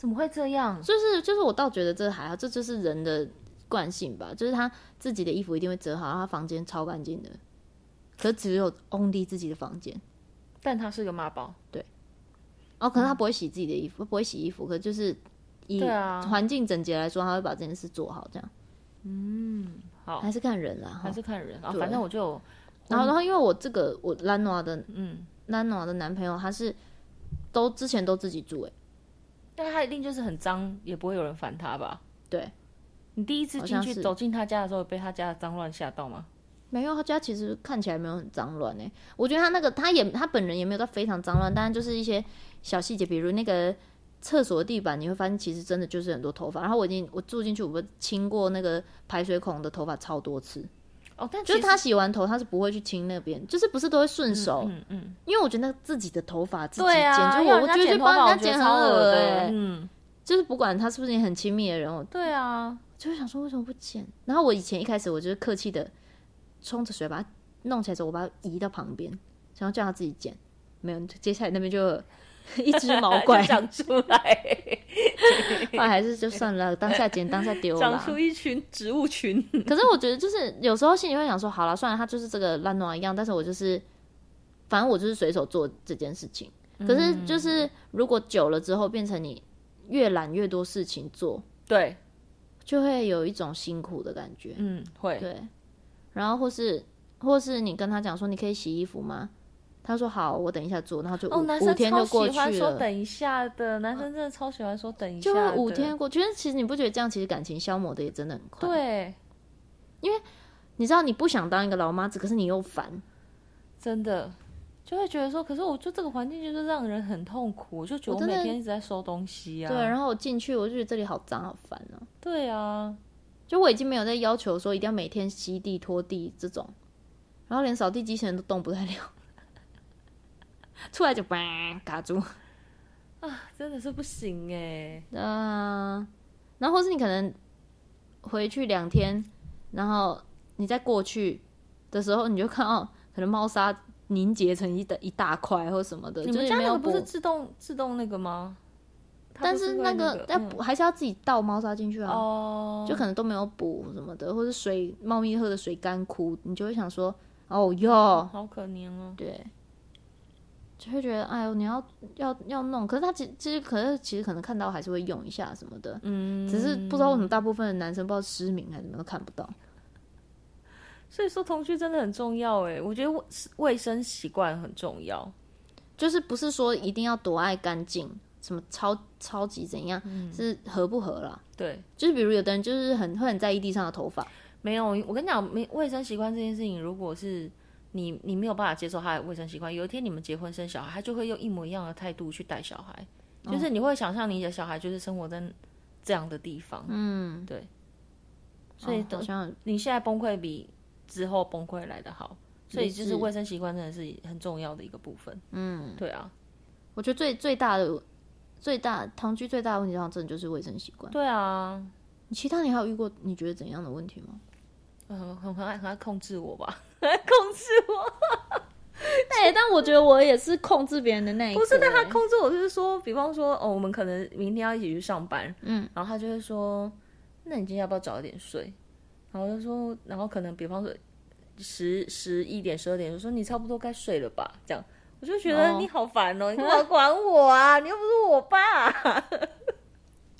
Speaker 1: 怎么会这样？
Speaker 2: 就是就是我倒觉得这还好，这就是人的惯性吧。就是他自己的衣服一定会折好，然后他房间超干净的，可只有 only 自己的房间。
Speaker 1: 但他是个妈宝，
Speaker 2: 哦，可能他不会洗自己的衣服，不会洗衣服，可就是
Speaker 1: 嗯
Speaker 2: 以
Speaker 1: 对啊
Speaker 2: 环境整洁来说，他会把这件事做好，这样
Speaker 1: 嗯好
Speaker 2: 还是看人啦。哈
Speaker 1: 还是看人啊。
Speaker 2: 对
Speaker 1: 反正我就
Speaker 2: 然后，然后因为我这个我兰诺的
Speaker 1: 嗯
Speaker 2: Nano 的男朋友他是都之前都自己住、欸，哎，
Speaker 1: 但他一定就是很脏，也不会有人烦他吧？
Speaker 2: 对，
Speaker 1: 你第一次
Speaker 2: 好
Speaker 1: 进
Speaker 2: 像
Speaker 1: 去
Speaker 2: 是
Speaker 1: 走进他家的时候，被他家的脏乱吓到吗？
Speaker 2: 没有，他家其实看起来没有很脏乱诶。我觉得他那个他也他本人也没有到非常脏乱，但就是一些小细节，比如那个厕所地板，你会发现其实真的就是很多头发。然后我已经我住进去，我清过那个排水孔的头发超多次，
Speaker 1: 哦，但
Speaker 2: 就是
Speaker 1: 其实
Speaker 2: 他洗完头，他是不会去清那边，就是不是都会顺手，
Speaker 1: 嗯嗯，
Speaker 2: 因为我觉得自己的头发自己
Speaker 1: 对
Speaker 2: 剪，
Speaker 1: 啊，
Speaker 2: 就是
Speaker 1: 要人
Speaker 2: 我
Speaker 1: 家
Speaker 2: 觉得
Speaker 1: 剪
Speaker 2: 去
Speaker 1: 头
Speaker 2: 帮
Speaker 1: 发，
Speaker 2: 人
Speaker 1: 我
Speaker 2: 家
Speaker 1: 觉
Speaker 2: 剪
Speaker 1: 得
Speaker 2: 很
Speaker 1: 超恶
Speaker 2: 恶
Speaker 1: 的
Speaker 2: 欸，
Speaker 1: 嗯，
Speaker 2: 就是不管他是不是你很亲密的人，我
Speaker 1: 对 啊，
Speaker 2: 就会想说为什么不剪？然后我以前一开始我就是客气的冲着水把它弄起来之后，我把它移到旁边，想要叫它自己剪。没有，接下来那边就 有一只毛怪，
Speaker 1: 就
Speaker 2: 后
Speaker 1: 长出 来，
Speaker 2: 来还是就算了，当下剪当下丢
Speaker 1: 长
Speaker 2: 啦。
Speaker 1: 出一群植物群，
Speaker 2: 可是我觉得就是有时候心里会想说，好了，算了，它就是这个烂暖一样，但是我就是反正我就是随手做这件事情。可
Speaker 1: 嗯
Speaker 2: 是就是如果久了之后，变成你越懒越多事情做，
Speaker 1: 对，
Speaker 2: 就会有一种辛苦的感觉。
Speaker 1: 嗯，会，
Speaker 2: 对，然后或是或是你跟他讲说你可以洗衣服吗？他说好，我等一下做，然后就五、
Speaker 1: 哦，男
Speaker 2: 五
Speaker 1: 生
Speaker 2: 天
Speaker 1: 超
Speaker 2: 就过
Speaker 1: 喜
Speaker 2: 去
Speaker 1: 欢说
Speaker 2: 了，
Speaker 1: 等一下的，男生真的超喜欢说等一下
Speaker 2: 就
Speaker 1: 的，
Speaker 2: 会五天过去。但其实你不觉得这样其实感情消磨的也真的很快？，
Speaker 1: 对，
Speaker 2: 你知道你不想当一个老妈子，可是你又烦，
Speaker 1: 真的就会觉得说，可是我就这个环境就是让人很痛苦，我就觉得
Speaker 2: 我
Speaker 1: 我每
Speaker 2: 真的
Speaker 1: 天一直在收东西啊，
Speaker 2: 对。然后我进去，我就觉得这里好脏好烦哦、
Speaker 1: 对啊，
Speaker 2: 就我已经没有在要求说一定要每天吸地拖地这种，然后连扫地机器人都动不太了， 出来就叭 嘎住。
Speaker 1: 真的是不行哎、
Speaker 2: 啊，然后或是你可能回去两天，然后你再过去的时候，你就看哦，可能猫砂凝结成一大一大块或什么的，
Speaker 1: 你
Speaker 2: 就
Speaker 1: 们
Speaker 2: 是
Speaker 1: 家
Speaker 2: 没
Speaker 1: 那
Speaker 2: 有
Speaker 1: 个不是
Speaker 2: 补，
Speaker 1: 自动自动那个吗？它
Speaker 2: 但
Speaker 1: 不是
Speaker 2: 是
Speaker 1: 会
Speaker 2: 那
Speaker 1: 个
Speaker 2: 个但
Speaker 1: 嗯
Speaker 2: 补还是要自己倒猫砂进去啊，
Speaker 1: 哦，
Speaker 2: 就可能都没有补什么的，或是水猫咪喝的水干枯，你就会想说哦哟，
Speaker 1: 好可怜哦。
Speaker 2: 对。就会觉得，哎呦，你要要要弄，可是他其其实可是其实可能看到还是会用一下什么的，
Speaker 1: 嗯，
Speaker 2: 只是不知道为什么大部分的男生不知道失明还是什么都看不到。
Speaker 1: 所以说同居真的很重要哎，我觉得卫卫生习惯很重要。
Speaker 2: 就是不是说一定要多爱干净，什么超超级怎样，
Speaker 1: 嗯
Speaker 2: 是合不合啦。
Speaker 1: 对，
Speaker 2: 就是比如有的人就是很会很在意地上的头发，
Speaker 1: 没有，我跟你讲，没卫生习惯这件事情，如果是你你没有办法接受他的卫生习惯，有一天你们结婚生小孩，他就会用一模一样的态度去带小孩，
Speaker 2: 嗯
Speaker 1: 就是你会想象你的小孩就是生活在这样的地方，
Speaker 2: 嗯，
Speaker 1: 对，所以
Speaker 2: 哦
Speaker 1: 都
Speaker 2: 好像
Speaker 1: 你现在崩溃比之后崩溃来的好，所以
Speaker 2: 也
Speaker 1: 就是
Speaker 2: 是
Speaker 1: 卫生习惯真的是很重要的一个部分。嗯，对啊，
Speaker 2: 我觉得最最大的最大同居最大的问题，上真的就是卫生习惯。
Speaker 1: 对啊，
Speaker 2: 你其他你还有遇过你觉得怎样的问题吗？
Speaker 1: 很很很爱很爱控制我吧？
Speaker 2: 哎、但我觉得我也是控制别人的那一个、
Speaker 1: 不是，但他控制我就是说，比方说哦，我们可能明天要一起去上班，
Speaker 2: 嗯，
Speaker 1: 然后他就会说，那你今天要不要早一点睡？然后我就说，然后可能比方说十十一点十二点，就说你差不多该睡了吧，这样。我就觉得
Speaker 2: 哦
Speaker 1: 你好烦哦，你干嘛管我啊？你又不是我爸、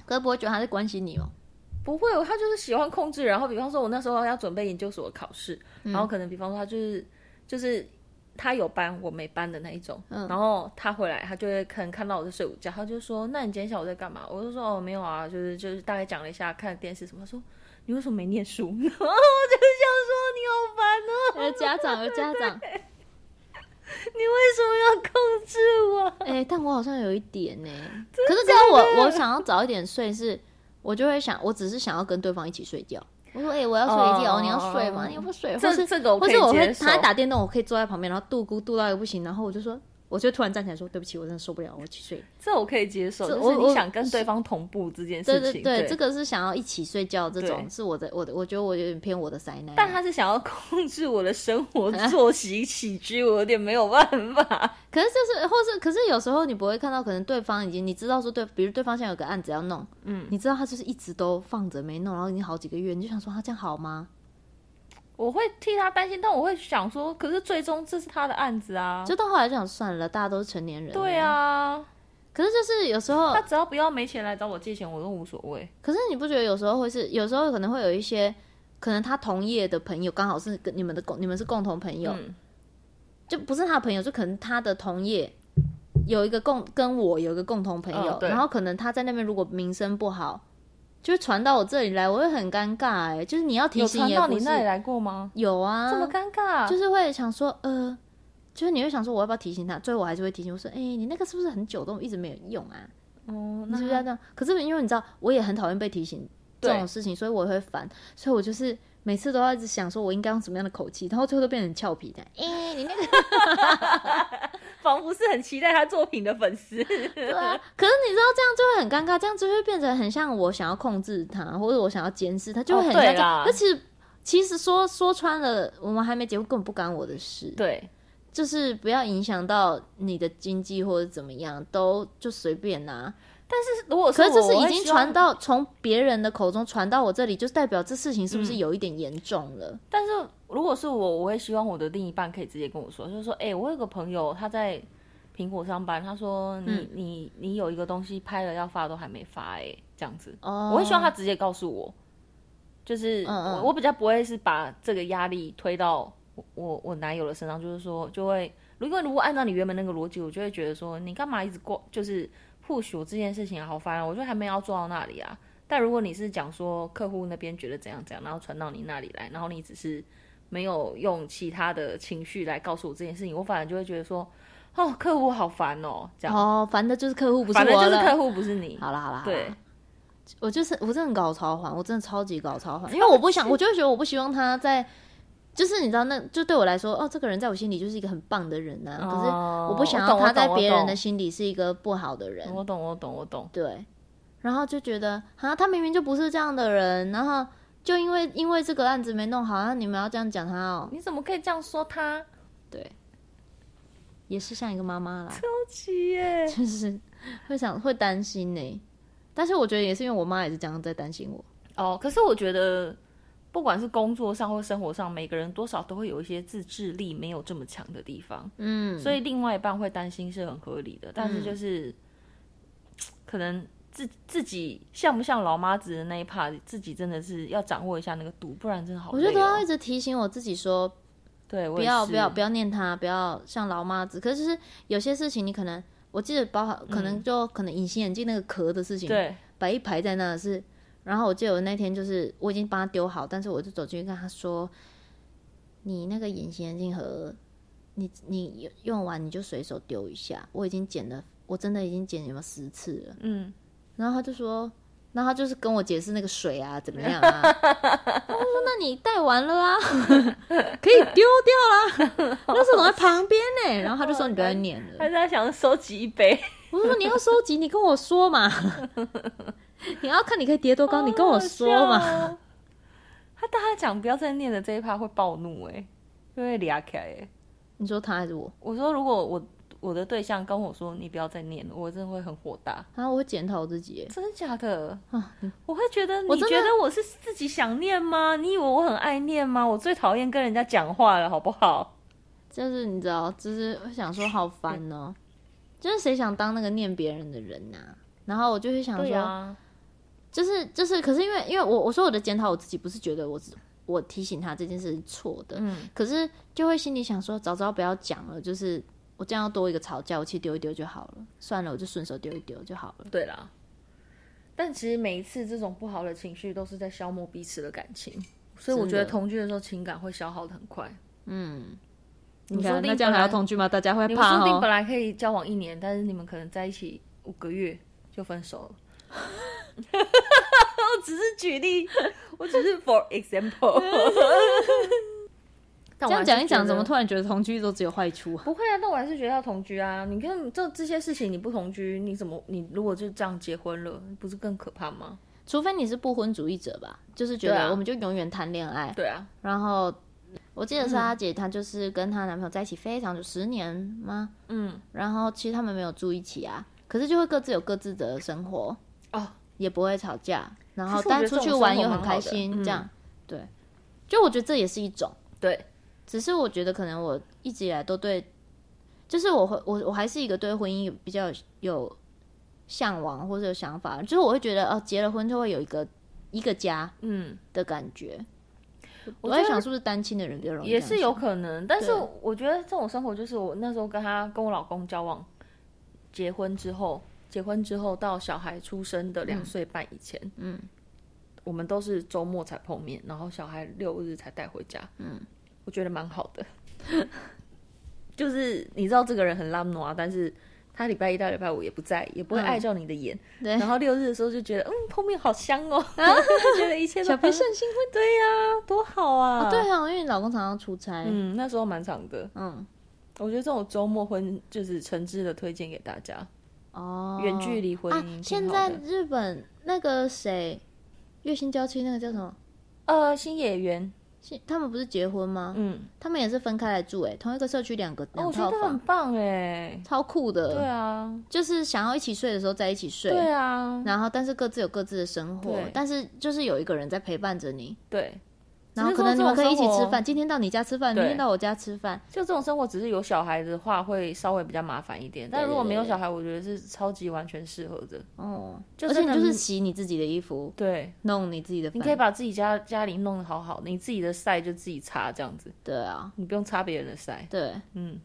Speaker 2: 可是不会觉得他在关心你哦、
Speaker 1: 不会，他就是喜欢控制。然后，比方说，我那时候要准备研究所的考试，
Speaker 2: 嗯
Speaker 1: 然后可能比方说他就是就是他有班我没班的那一种，
Speaker 2: 嗯
Speaker 1: 然后他回来他就会可能看到我在睡午觉，他就说：“那你今天下午在干嘛？”我就说：“哦，没有啊，就是就是大概讲了一下看电视什么。”他说：“你为什么没念书？”然后我就想说：“你好烦哦，
Speaker 2: 呃，家长，有家长，
Speaker 1: 你为什么要控制我
Speaker 2: 哎、但我好像有一点呢、可是只要我我想要早一点睡是，我就会想，我只是想要跟对方一起睡觉。我说，哎、我要睡觉，
Speaker 1: 哦
Speaker 2: 你要睡吗？你要不睡？？”或
Speaker 1: 这
Speaker 2: 是
Speaker 1: 这个我
Speaker 2: 或
Speaker 1: 可以
Speaker 2: 是我会
Speaker 1: 接受
Speaker 2: 他在打电动，我可以坐在旁边，然后度咕度到一个不行，然后我就说，我就突然站起来说，对不起，我真的受不了，我去睡。
Speaker 1: 这我可以接受，
Speaker 2: 这
Speaker 1: 就是
Speaker 2: 我
Speaker 1: 你
Speaker 2: 我
Speaker 1: 想跟对方同步这件
Speaker 2: 对
Speaker 1: 事
Speaker 2: 对
Speaker 1: 情，
Speaker 2: 对，这个是想要一起睡觉，这种
Speaker 1: 对
Speaker 2: 是我的我的，我觉得我有点偏我的塞奶。
Speaker 1: 但他是想要控制我的生活
Speaker 2: 啊
Speaker 1: 作息起居，我有点没有办法。
Speaker 2: 可是就是，或是可是有时候你不会看到，可能对方已经你知道说对，比如对方现在有个案子要弄，嗯，你知道他就是一直都放着没弄，然后已经好几个月，你就想说他这样好吗？
Speaker 1: 我会替他担心，但我会想说，可是最终这是他的案子啊。
Speaker 2: 就到后来就想算了，大家都是成年人。
Speaker 1: 对，啊，
Speaker 2: 可是就是有时候
Speaker 1: 他，只要不要没钱来找我借钱，我都无所谓。
Speaker 2: 可是你不觉得有时候会是，有时候可能会有一些，可能他同业的朋友刚好是跟你们的共，你们是共同朋友，
Speaker 1: 嗯，
Speaker 2: 就不是他的朋友，就可能他的同业有一个共跟我有一个共同朋友，
Speaker 1: 哦对
Speaker 2: 然后可能他在那边如果名声不好，就是传到我这里来，我会很尴尬哎、就是你要提
Speaker 1: 有
Speaker 2: 醒
Speaker 1: 传
Speaker 2: 也
Speaker 1: 到
Speaker 2: 不
Speaker 1: 你
Speaker 2: 是
Speaker 1: 那里来过吗？
Speaker 2: 有啊，
Speaker 1: 这么尴尬，
Speaker 2: 就是会想说呃。就是你会想说，我要不要提醒他？最后我还是会提醒，我说：“哎、你那个是不是很久都一直没有用啊？
Speaker 1: 哦，
Speaker 2: 你
Speaker 1: 那
Speaker 2: 是不是 要这样？可是因为你知道，我也很讨厌被提醒这
Speaker 1: 对
Speaker 2: 种事情，所以我会烦，所以我就是每次都要一直想说我应该用什么样的口气，然后最后都变成很俏皮的。哎、你那个
Speaker 1: 仿佛是很期待他作品的粉丝。
Speaker 2: 对啊，可是你知道这样就会很尴尬，这样就会变成很像我想要控制他，或者我想要监视他，就会很
Speaker 1: 哦
Speaker 2: 像
Speaker 1: 对
Speaker 2: 这样。
Speaker 1: 啦
Speaker 2: 那、其实其实说说穿了，我们还没结婚，根本不干我的事。
Speaker 1: 对，
Speaker 2: 就是不要影响到你的经济或者怎么样，都就随便拿、
Speaker 1: 如果
Speaker 2: 可是这
Speaker 1: 我
Speaker 2: 是
Speaker 1: 我
Speaker 2: 已
Speaker 1: 会
Speaker 2: 经
Speaker 1: 希望
Speaker 2: 传到从别人的口中传到我这里，就是代表这事情是不是
Speaker 1: 嗯
Speaker 2: 有一点严重了？
Speaker 1: 但是如果是我，我会希望我的另一半可以直接跟我说，就是说，哎、我有个朋友他在苹果上班，他说你、
Speaker 2: 嗯
Speaker 1: 你你有一个东西拍了要发都还没发、欸，哎，这样子，
Speaker 2: 哦，
Speaker 1: 我会希望他直接告诉我，就是我、
Speaker 2: 嗯嗯
Speaker 1: 我比较不会是把这个压力推到我我我男友的身上，就是说就会，如果如果按照你原本那个逻辑，我就会觉得说你干嘛一直过就是或许我这件事情啊好烦、啊，我就还没有要做到那里啊。但如果你是讲说客户那边觉得怎样怎样，然后传到你那里来，然后你只是没有用其他的情绪来告诉我这件事情，我反而就会觉得说，哦，客户好烦哦，这样，
Speaker 2: 哦，烦的就是客户，不是
Speaker 1: 反正
Speaker 2: 我
Speaker 1: 就是
Speaker 2: 了。
Speaker 1: 客户不是你，
Speaker 2: 好啦好啦，好啦
Speaker 1: 对，
Speaker 2: 我就是我真的很搞超环，我真的超级搞超环，因为我不想，我就会觉得我不希望他在，就是你知道那，就对我来说，哦，这个人在我心里就是一个很棒的人呐、可是
Speaker 1: 哦
Speaker 2: 我不想
Speaker 1: 懂
Speaker 2: 要
Speaker 1: 我
Speaker 2: 他在
Speaker 1: 懂我
Speaker 2: 别人
Speaker 1: 懂
Speaker 2: 的心里是一个不好的人，
Speaker 1: 我懂，我懂，我懂。
Speaker 2: 对，然后就觉得啊，他明明就不是这样的人，然后就因为因为这个案子没弄好，那你们要这样讲他哦，
Speaker 1: 你怎么可以这样说他？
Speaker 2: 对，也是像一个妈妈啦，
Speaker 1: 高级耶！
Speaker 2: 就是会想会担心呢、但是我觉得也是因为我妈也是这样在担心我，
Speaker 1: 哦，可是我觉得，不管是工作上或生活上，每个人多少都会有一些自制力没有这么强的地方，
Speaker 2: 嗯，
Speaker 1: 所以另外一半会担心是很合理的。但是就是，可能自自己像不像老妈子的那一 part，自己真的是要掌握一下那个度，不然真的好
Speaker 2: 我
Speaker 1: 累、哦。
Speaker 2: 觉得要一直提醒我自己说，
Speaker 1: 对，不
Speaker 2: 不要不要不
Speaker 1: 要，
Speaker 2: 要念他，不要像老妈子。可是就是有些事情你可能。我记得包含可能就可能隐形眼镜那个壳的事情，
Speaker 1: 嗯对，
Speaker 2: 摆一排在那是。然后我记得我那天就是我已经帮他丢好，但是我就走进去跟他说：“你那个隐形眼镜盒，你你用完你就随手丢一下，我已经剪了，我真的已经剪有没有十次了。
Speaker 1: 嗯，”
Speaker 2: 然后他就说，然后他就是跟我解释那个水啊怎么样啊， 我就说：“那你带完了啊， 可以丢掉啦。”那时候我在旁边呢、 然后他就说：“你不要撵了。”
Speaker 1: 还在想收集一杯，
Speaker 2: 我就说你要收集，你跟我说嘛。 你要看你可以叠多高，你跟我说
Speaker 1: 哦好
Speaker 2: 嘛。
Speaker 1: 好笑哦。他大家讲不要再念了这一趴会暴怒哎、欸，就会俩起来哎、
Speaker 2: 你说他还是我？
Speaker 1: 我说如果我我的对象跟我说你不要再念了，我真的会很火大。
Speaker 2: 然后我会检讨我自己耶。
Speaker 1: 真的假的？
Speaker 2: 啊，你
Speaker 1: 我会觉得
Speaker 2: 我
Speaker 1: 你
Speaker 2: 真的
Speaker 1: 觉得我是自己想念吗？你以为我很爱念吗？我最讨厌跟人家讲话了，好不好？
Speaker 2: 就是你知道，就是会想说好烦哦、就是谁想当那个念别人的人呐、然后我就会想说，
Speaker 1: 呀，
Speaker 2: 就是就是，可是因为因为我我说我的检讨我自己，不是觉得我是我提醒他这件事是错的，
Speaker 1: 嗯，
Speaker 2: 可是就会心里想说，早知道不要讲了，就是我这样要多一个吵架，我去丢一丢就好了，算了，我就顺手丢一丢就好了。
Speaker 1: 对啦。但其实每一次这种不好的情绪都是在消磨彼此的感情，所以我
Speaker 2: 真
Speaker 1: 觉得
Speaker 2: 的
Speaker 1: 同居的时候情感会消耗的很快。
Speaker 2: 嗯，
Speaker 1: 你
Speaker 2: 你
Speaker 1: 说
Speaker 2: 看，
Speaker 1: 定
Speaker 2: 那这样还
Speaker 1: 本来
Speaker 2: 要同居吗？大家会
Speaker 1: 你们
Speaker 2: 怕
Speaker 1: 说不定本
Speaker 2: 哦。
Speaker 1: 来可以交往一年，但是你们可能在一起五个月就分手了。 我只是举例，我只是 for example。这
Speaker 2: 这样讲一讲，怎么突然觉得同居都只有坏处啊？
Speaker 1: 不会啊？但我还是觉得要同居啊！你看这这些事情，你不同居，你怎么你如果就这样结婚了，不是更可怕吗？
Speaker 2: 除非你是不婚主义者吧，就是觉
Speaker 1: 对啊
Speaker 2: 得我们就永远谈恋爱。
Speaker 1: 对啊，
Speaker 2: 然后我记得是阿姐，她就是跟她男朋友在一起非常久，十年吗？
Speaker 1: 嗯，
Speaker 2: 然后其实他们没有住一起啊，可是就会各自有各自的生活，
Speaker 1: 哦，
Speaker 2: 也不会吵架。然后
Speaker 1: 其实我觉
Speaker 2: 但
Speaker 1: 得
Speaker 2: 出去
Speaker 1: 这种
Speaker 2: 玩
Speaker 1: 生活
Speaker 2: 又
Speaker 1: 蛮
Speaker 2: 很开
Speaker 1: 好的嗯
Speaker 2: 心，这样对。就我觉得这也是一种。
Speaker 1: 对，
Speaker 2: 只是我觉得可能我一直以来都对，就是我会我我还是一个对婚姻比较有向往或者有想法，就是我会觉得哦，结了婚就会有一个一个家
Speaker 1: 嗯，
Speaker 2: 的感觉。我在想是不是单亲的人比较容易，
Speaker 1: 也是有可能。但是
Speaker 2: 对
Speaker 1: 我觉得这种生活就是我那时候跟他跟我老公交往、结婚之后，结婚之后到小孩出生的两岁半以前，嗯，我们都是周末才碰面，然后小孩六日才带回家，嗯，我觉得蛮好的。 就是你知道这个人很拉挪啊，但是他礼拜一到礼拜五也不在，也不会碍着你的眼。
Speaker 2: 嗯对
Speaker 1: 然后六日的时候就觉得，嗯，碰面好香 哦， 就觉得一切都
Speaker 2: 小培
Speaker 1: 很
Speaker 2: 圣新婚。
Speaker 1: 对呀、多好啊！
Speaker 2: 对啊，因为你老公常常出差，嗯
Speaker 1: 嗯，那时候蛮长的。我觉得这种周末婚就是诚挚的推荐给大家，
Speaker 2: 哦，
Speaker 1: 远距离婚姻
Speaker 2: 啊
Speaker 1: 挺好，的
Speaker 2: 现在日本那个谁，月薪娇妻那个叫什么？
Speaker 1: 呃，新演员，
Speaker 2: 是他们不是结婚吗？
Speaker 1: 嗯，
Speaker 2: 他们也是分开来住、欸，同一个社区两个
Speaker 1: 哦
Speaker 2: 两
Speaker 1: 我觉
Speaker 2: 套
Speaker 1: 得很
Speaker 2: 房，呃
Speaker 1: 棒哎。
Speaker 2: 超酷的。
Speaker 1: 对啊，
Speaker 2: 就是想要一起睡的时候在一起睡，
Speaker 1: 对啊，
Speaker 2: 然后但是各自有各自的生活
Speaker 1: 对，
Speaker 2: 但是就是有一个人在陪伴着你，
Speaker 1: 对，
Speaker 2: 然后
Speaker 1: 只是
Speaker 2: 可
Speaker 1: 说
Speaker 2: 能你们
Speaker 1: 这
Speaker 2: 可
Speaker 1: 种
Speaker 2: 以一起
Speaker 1: 生活
Speaker 2: 吃饭，今天到你家吃饭，
Speaker 1: 对
Speaker 2: 明天到我家吃饭，
Speaker 1: 就这种生活，只是有小孩的话会稍微比较麻烦一点。但
Speaker 2: 对
Speaker 1: 如果
Speaker 2: 对
Speaker 1: 没有
Speaker 2: 对
Speaker 1: 小孩，我觉得是超级完全适合的。
Speaker 2: 哦，
Speaker 1: 就
Speaker 2: 而且
Speaker 1: 真
Speaker 2: 你
Speaker 1: 的
Speaker 2: 就是洗你自己的衣服，
Speaker 1: 对，
Speaker 2: 弄你自己的饭，
Speaker 1: 你可以把自己家家里弄得好好的，你自己的晒就自己擦这样子，
Speaker 2: 对啊，
Speaker 1: 你不用擦别人的晒。
Speaker 2: 对，
Speaker 1: 嗯，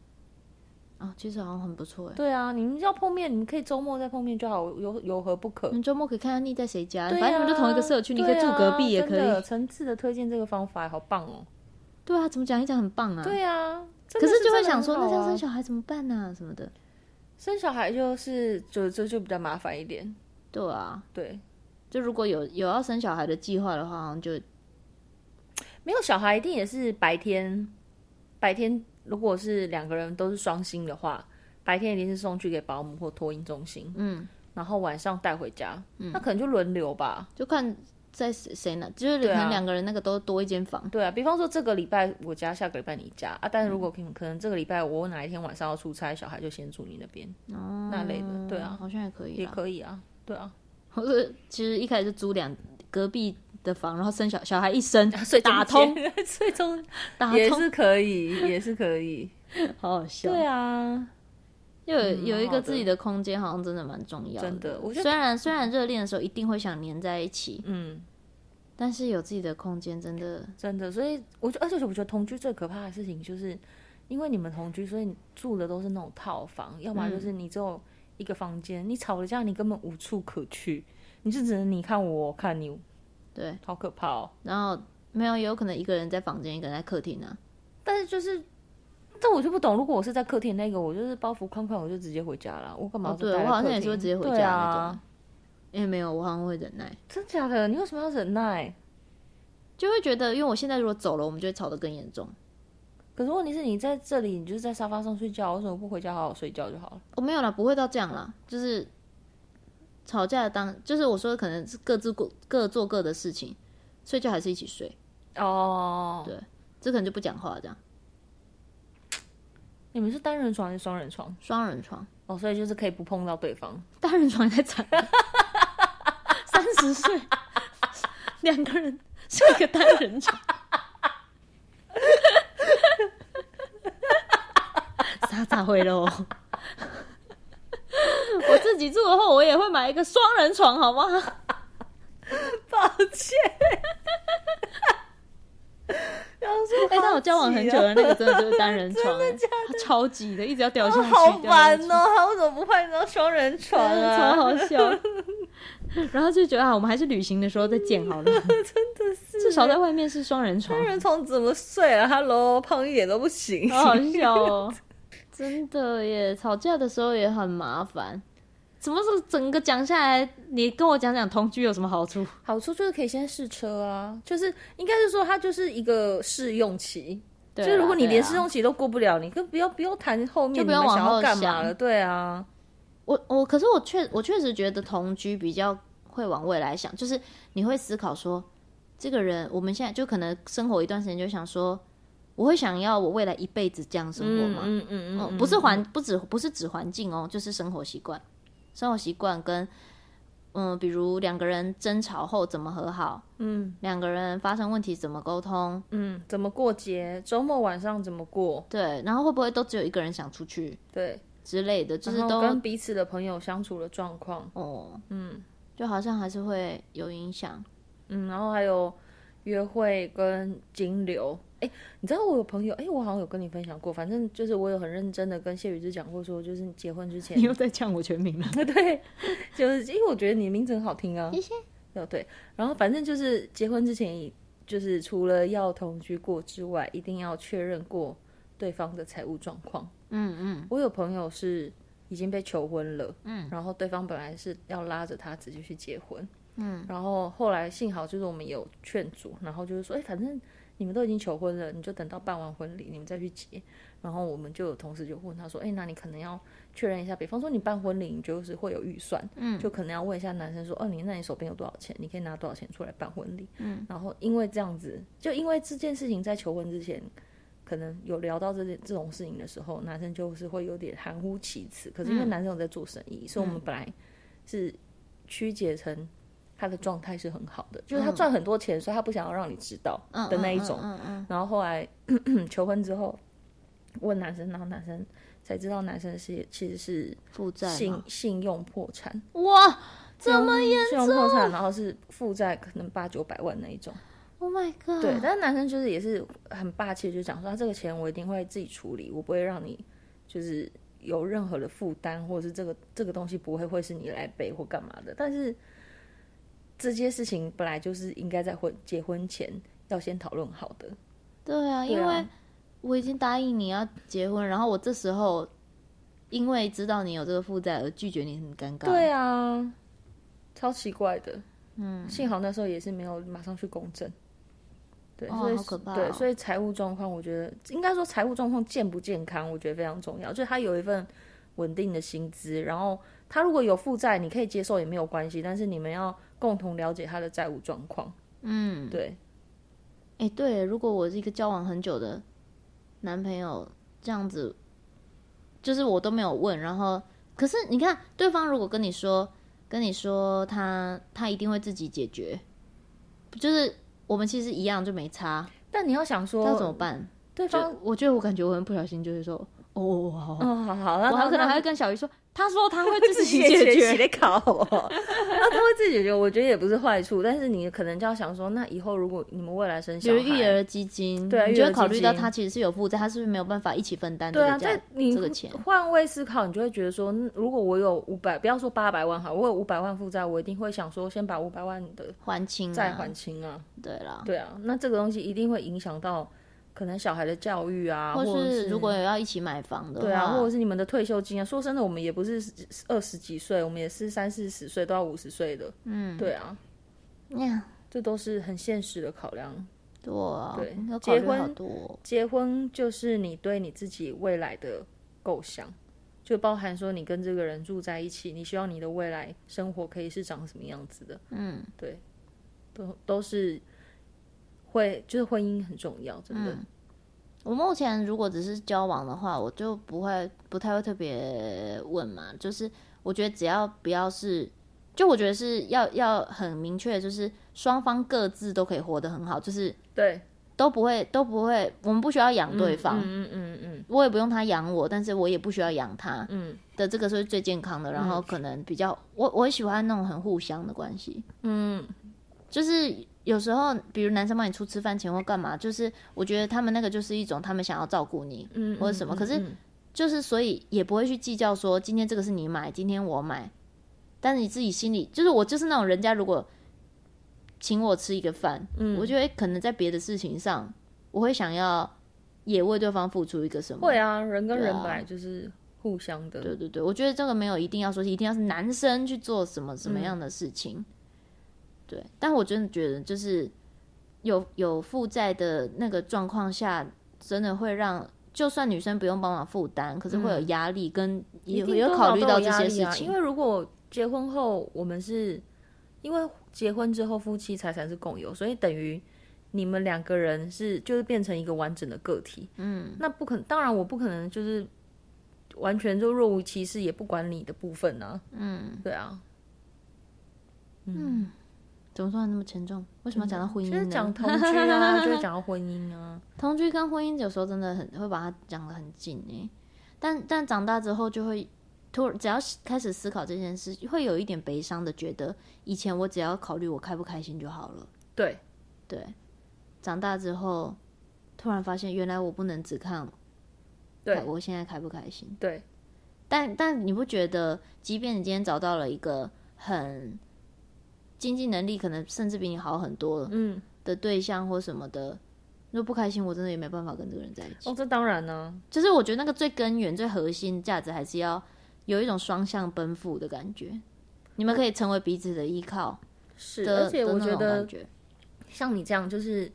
Speaker 2: 哦，其实好像很不错哎。
Speaker 1: 对啊，你们要碰面，你们可以周末再碰面就好，有有何不可
Speaker 2: 你？们周末可以看看腻在谁家，
Speaker 1: 对
Speaker 2: 反正你们就
Speaker 1: 啊
Speaker 2: 同一个社区，你可以
Speaker 1: 对
Speaker 2: 住
Speaker 1: 啊
Speaker 2: 隔壁也
Speaker 1: 真
Speaker 2: 可
Speaker 1: 的
Speaker 2: 以。
Speaker 1: 诚挚的推荐这个方法，好棒哦！
Speaker 2: 对啊，怎么讲一讲很棒啊。
Speaker 1: 对啊，真
Speaker 2: 可
Speaker 1: 的是
Speaker 2: 就会
Speaker 1: 真的
Speaker 2: 想
Speaker 1: 很
Speaker 2: 说，那
Speaker 1: 好
Speaker 2: 这样
Speaker 1: 啊
Speaker 2: 生小孩怎么办啊？什么的。
Speaker 1: 生小孩就是就就就比较麻烦一点，
Speaker 2: 对啊，
Speaker 1: 对，
Speaker 2: 就如果有有要生小孩的计划的话，好像就
Speaker 1: 没有小孩一定也是白天，白天如果是两个人都是双薪的话，白天一定是送去给保姆或托婴中心，
Speaker 2: 嗯，
Speaker 1: 然后晚上带回家，那可能就轮流吧。
Speaker 2: 就看在谁谁那，就是可
Speaker 1: 对啊
Speaker 2: 能两个人那个都多一间房。
Speaker 1: 对啊，比方说这个礼拜我家，下个礼拜你家啊，
Speaker 2: 嗯
Speaker 1: 但是如果可能可能这个礼拜我哪一天晚上要出差，小孩就先住你那边，
Speaker 2: 哦，
Speaker 1: 那类的对啊
Speaker 2: 好像也可以
Speaker 1: 也
Speaker 2: 啦。
Speaker 1: 可以啊，对啊。
Speaker 2: 或者其实一开始就租两隔壁的房，然后生小小孩一生
Speaker 1: 睡中
Speaker 2: 打
Speaker 1: 间
Speaker 2: 通，
Speaker 1: 睡中
Speaker 2: 打
Speaker 1: 也
Speaker 2: 通，
Speaker 1: 是可以，也是可以。
Speaker 2: 好好笑。
Speaker 1: 对啊，
Speaker 2: 就有
Speaker 1: 嗯
Speaker 2: 有
Speaker 1: 蛮
Speaker 2: 一
Speaker 1: 好
Speaker 2: 个
Speaker 1: 的
Speaker 2: 自己的空间，好像真的蛮重要
Speaker 1: 真的我觉得
Speaker 2: 虽然虽然热恋的时候一定会想黏在一起，
Speaker 1: 嗯，
Speaker 2: 但是有自己的空间真的
Speaker 1: 真的。所以我就，而且我觉得同居最可怕的事情就是，因为你们同居，所以你住的都是那种套房，要
Speaker 2: 嗯
Speaker 1: 么就是你只有一个房间，你吵了架，你根本无处可去，你就只能你看我，我看你，
Speaker 2: 对。
Speaker 1: 好可怕哦。
Speaker 2: 然后没有，也有可能一个人在房间，一个人在客厅啊。
Speaker 1: 但是就是。但我就不懂，如果我是在客厅那个，我就是包袱框框，我就直接回家了。我干嘛
Speaker 2: 哦
Speaker 1: 要，
Speaker 2: 对
Speaker 1: 待在
Speaker 2: 我好
Speaker 1: 客
Speaker 2: 像也是
Speaker 1: 厅
Speaker 2: 会直接回
Speaker 1: 对
Speaker 2: 家那种
Speaker 1: 啊。。
Speaker 2: 因为没有，我好像会忍耐，
Speaker 1: 真假的？你为什么要忍耐？
Speaker 2: 就会觉得，因为我现在如果走了，我们就会吵得更严重。
Speaker 1: 可是问题是，你在这里，你就是在沙发上睡觉，为什么不回家好好睡觉就好了？
Speaker 2: 我、哦没有啦，不会到这样啦，就是吵架的当，就是我说的可能是各自过各做各的事情，睡觉还是一起睡，
Speaker 1: 哦，
Speaker 2: 对这可能就不讲话这样，
Speaker 1: 你们是单人床还是双人床？
Speaker 2: 双人床。
Speaker 1: 哦，所以就是可以不碰到对方。
Speaker 2: 单人床太惨， 三十岁两个人睡个单人 床，傻傻会喽。我自己住的话，我也会买一个双人床，好吗？
Speaker 1: 抱歉， 然后说啊
Speaker 2: 哎、但我交往很久的那 个真的就是单人床、哎它超级的，一直要掉下去，
Speaker 1: 好
Speaker 2: 掉下
Speaker 1: 烦
Speaker 2: 去哎
Speaker 1: 哦，他为什么不换一张双人床
Speaker 2: 超
Speaker 1: 啊？
Speaker 2: 好笑。然后就觉得啊，我们还是旅行的时候再见好了。 真的是，至少在外面是双人床
Speaker 1: 双，人床怎么睡啊？Hello，胖一点都不行。
Speaker 2: 好好笑 哦。真的耶，吵架的时候也很麻烦。怎么说？整个讲下来，你跟我讲讲同居有什么好处？
Speaker 1: 好处就是可以先试车啊，就是应该是说它就是一个试用期，
Speaker 2: 对啊
Speaker 1: 就如果你连试
Speaker 2: 对啊
Speaker 1: 用期都过不了，你更不要不要谈后面
Speaker 2: 就
Speaker 1: 你
Speaker 2: 不要
Speaker 1: 们想
Speaker 2: 往后
Speaker 1: 要干嘛
Speaker 2: 想
Speaker 1: 了，对啊，
Speaker 2: 我我，可是我确我确实觉得同居比较会往未来想，就是你会思考说，这个人我们现在就可能生活一段时间，就想说，我会想要我未来一辈子这样生活吗？
Speaker 1: 嗯嗯
Speaker 2: 哦，不是环不止不是指环境哦，就是生活习惯，生活习惯跟嗯，比如两个人争吵后怎么和好，
Speaker 1: 嗯
Speaker 2: 两个人发生问题怎么沟通，
Speaker 1: 嗯，怎么过节？周末晚上怎么过？
Speaker 2: 对，然后会不会都只有一个人想出去
Speaker 1: 对，
Speaker 2: 之类的，就是
Speaker 1: 然后
Speaker 2: 都
Speaker 1: 跟彼此的朋友相处的状况，
Speaker 2: 哦，
Speaker 1: 嗯
Speaker 2: 就好像还是会有影响，
Speaker 1: 嗯，然后还有约会跟金流。哎、你知道我有朋友，哎、我好像有跟你分享过，反正就是我有很认真的跟谢宇之讲过说就是结婚之前
Speaker 2: 你，又在呛我全名了。
Speaker 1: 对，就是因为我觉得你的名字很好听啊，
Speaker 2: 谢谢。
Speaker 1: 哦对，然后反正就是结婚之前，就是除了要同居过之外，一定要确认过对方的财务状况。
Speaker 2: 嗯嗯
Speaker 1: 我有朋友是已经被求婚了，嗯，然后对方本来是要拉着他直接去结婚，
Speaker 2: 嗯，
Speaker 1: 然后后来幸好就是我们有劝阻，然后就是说，哎，反正你们都已经求婚了，你就等到办完婚礼你们再去结。然后我们就有同事就问他说，哎，那你可能要确认一下，比方说你办婚礼，你就是会有预算，
Speaker 2: 嗯，
Speaker 1: 就可能要问一下男生说，哦，你那你手边有多少钱？你可以拿多少钱出来办婚礼？
Speaker 2: 嗯，
Speaker 1: 然后因为这样子，就因为这件事情在求婚之前，可能有聊到这件这种事情的时候，男生就是会有点含糊其辞。可是因为
Speaker 2: 嗯
Speaker 1: 男生有在做生意，所以我们本来是曲解成他的状态是很好的，就是他赚很多钱，所以他不想要让你知道
Speaker 2: 嗯
Speaker 1: 的那一种。
Speaker 2: 嗯嗯嗯
Speaker 1: 然后后来 求婚之后，问男生，然后男生才知道男生是其实是
Speaker 2: 嗯，负债
Speaker 1: 信
Speaker 2: 嘛
Speaker 1: 信用破产。
Speaker 2: 哇，这么严
Speaker 1: 信用破产，然后是负债可能八九百万那一种。
Speaker 2: ，Oh my god！
Speaker 1: 对，但是男生就是也是很霸气，就讲说他啊这个钱我一定会自己处理，我不会让你就是有任何的负担，或者是这个这个东西不会会是你来背或干嘛的。但是这些事情本来就是应该在婚结婚前要先讨论好的。
Speaker 2: 对啊，因
Speaker 1: 对啊
Speaker 2: 为我已经答应你要结婚，然后我这时候因为知道你有这个负债而拒绝你，很尴尬。
Speaker 1: 对啊，超奇怪的。
Speaker 2: 嗯，
Speaker 1: 幸好那时候也是没有马上去公证。对，
Speaker 2: 哦
Speaker 1: 所以
Speaker 2: 好可怕哦
Speaker 1: 对，所以财务状况，我觉得应该说财务状况健不健康，我觉得非常重要。就是他有一份稳定的薪资，然后他如果有负债，你可以接受也没有关系，但是你们要共同了解他的债务状况。
Speaker 2: 嗯，
Speaker 1: 对，
Speaker 2: 哎、对，如果我是一个交往很久的男朋友，这样子，就是我都没有问，然后可是你看，对方如果跟你说，跟你说他他一定会自己解决，就是我们其实一样就没差，
Speaker 1: 但你要想说
Speaker 2: 那怎么？办？
Speaker 1: 对
Speaker 2: 就
Speaker 1: 方，
Speaker 2: 我觉得我感觉我很不小心就会说，哦，哦好好好，
Speaker 1: 哦，好好，那
Speaker 2: 我还
Speaker 1: 他
Speaker 2: 可能还会
Speaker 1: 那
Speaker 2: 跟小鱼说， 他说他会自己
Speaker 1: 解
Speaker 2: 解
Speaker 1: 决， 得
Speaker 2: 决，
Speaker 1: 考哦，那他会自己解决，我觉得也不是坏处，但是你可能就要想说，那以后如果你们未来生
Speaker 2: 比
Speaker 1: 小
Speaker 2: 如
Speaker 1: 孩，
Speaker 2: 育儿基金，
Speaker 1: 对啊
Speaker 2: 你就
Speaker 1: 育
Speaker 2: 会
Speaker 1: 儿
Speaker 2: 考
Speaker 1: 基
Speaker 2: 虑到
Speaker 1: 金
Speaker 2: 他其实是有负债，他是不是没有办法一起分担这
Speaker 1: 对啊，
Speaker 2: 个价
Speaker 1: 在你
Speaker 2: 这个钱？
Speaker 1: 换位思考，你就会觉得说，嗯如果我有五百，不要说八百万哈，我有五百万负债，我一定会想说，先把五百万的
Speaker 2: 还清啊
Speaker 1: 债还清啊。
Speaker 2: 对啦，
Speaker 1: 对啊，那这个东西一定会影响到可能小孩的教育啊，或
Speaker 2: 或
Speaker 1: 者
Speaker 2: 是
Speaker 1: 是
Speaker 2: 如果有要一起买房的话，
Speaker 1: 对啊，或者是你们的退休金啊。说真的，我们也不是二十几岁，我们也是三四十岁，都要五十岁的。
Speaker 2: 嗯，
Speaker 1: 对啊，
Speaker 2: 哎呀，
Speaker 1: 这都是很现实的考量。
Speaker 2: 对啊，
Speaker 1: 对
Speaker 2: 要考虑
Speaker 1: 结婚
Speaker 2: 好多哦，
Speaker 1: 结婚就是你对你自己未来的构想，就包含说你跟这个人住在一起，你希望你的未来生活可以是长什么样子的，
Speaker 2: 嗯
Speaker 1: 对，都都是会就是婚姻很重要，真的。
Speaker 2: 嗯。我目前如果只是交往的话，我就不会不太会特别问嘛，就是我觉得只要不要是，就我觉得是要要很明确，就是双方各自都可以活得很好，就是
Speaker 1: 对，
Speaker 2: 都不会都不会，我们不需要养对方，
Speaker 1: 嗯嗯嗯
Speaker 2: 我也不用他养我，但是我也不需要养他
Speaker 1: 嗯
Speaker 2: 的，这个是最健康的，然后可能比较我我喜欢那种很互相的关系，
Speaker 1: 嗯嗯，
Speaker 2: 就是有时候，比如男生帮你出吃饭钱或干嘛，就是我觉得他们那个就是一种他们想要照顾你，
Speaker 1: 嗯
Speaker 2: 或者什么
Speaker 1: 嗯
Speaker 2: 可是
Speaker 1: 嗯
Speaker 2: 就是所以也不会去计较说今天这个是你买，今天我买，但是你自己心里就是我就是那种人家如果请我吃一个饭，
Speaker 1: 嗯
Speaker 2: 我觉得诶可能在别的事情上，我会想要也为对方付出一个什么。
Speaker 1: 会啊，人跟
Speaker 2: 对
Speaker 1: 人
Speaker 2: 啊
Speaker 1: 本来就是互相的，
Speaker 2: 对对对，我觉得这个没有一定要说是一定要是男生去做什么什
Speaker 1: 嗯
Speaker 2: 么样的事情，对。但我真的觉得，就是有有负债的那个状况下，真的会让就算女生不用帮忙负担，可是会有压力跟也
Speaker 1: 嗯一定
Speaker 2: 也有
Speaker 1: 多
Speaker 2: 考
Speaker 1: 少
Speaker 2: 虑
Speaker 1: 都
Speaker 2: 到
Speaker 1: 有
Speaker 2: 这
Speaker 1: 压
Speaker 2: 些
Speaker 1: 力
Speaker 2: 事
Speaker 1: 啊
Speaker 2: 情。
Speaker 1: 因为如果结婚后我们是因为结婚之后夫妻财产是共有，所以等于你们两个人是就是变成一个完整的个体。
Speaker 2: 嗯，
Speaker 1: 那不可当然我不可能就是完全就若无其事，也不管你的部分啊。
Speaker 2: 嗯
Speaker 1: 对啊，嗯
Speaker 2: 怎么突然那么沉重？为什么要讲到婚姻
Speaker 1: 就是
Speaker 2: 呢？
Speaker 1: 讲同居 啊，就会讲到婚姻啊。
Speaker 2: 同居跟婚姻有时候真的很会把它讲得很近哎、但但长大之后就会突只要开始思考这件事，会有一点悲伤的，觉得以前我只要考虑我开不开心就好了。
Speaker 1: 对，
Speaker 2: 对，长大之后，突然发现原来我不能只看
Speaker 1: 对
Speaker 2: 我现在开不开心。
Speaker 1: 对，
Speaker 2: 但但你不觉得，即便你今天找到了一个很经济能力可能甚至比你好很多
Speaker 1: 嗯，
Speaker 2: 的对象或什么的，如果不开心，我真的也没办法跟这个人在一起。
Speaker 1: 哦，这当然呢、
Speaker 2: 就是我觉得那个最根源、最核心价值，还是要有一种双向奔赴的感觉。你们可以成为彼此的依靠
Speaker 1: 是，
Speaker 2: 的，
Speaker 1: 而且
Speaker 2: 的
Speaker 1: 我
Speaker 2: 那
Speaker 1: 觉
Speaker 2: 种
Speaker 1: 得
Speaker 2: 感觉
Speaker 1: 像你这样，就是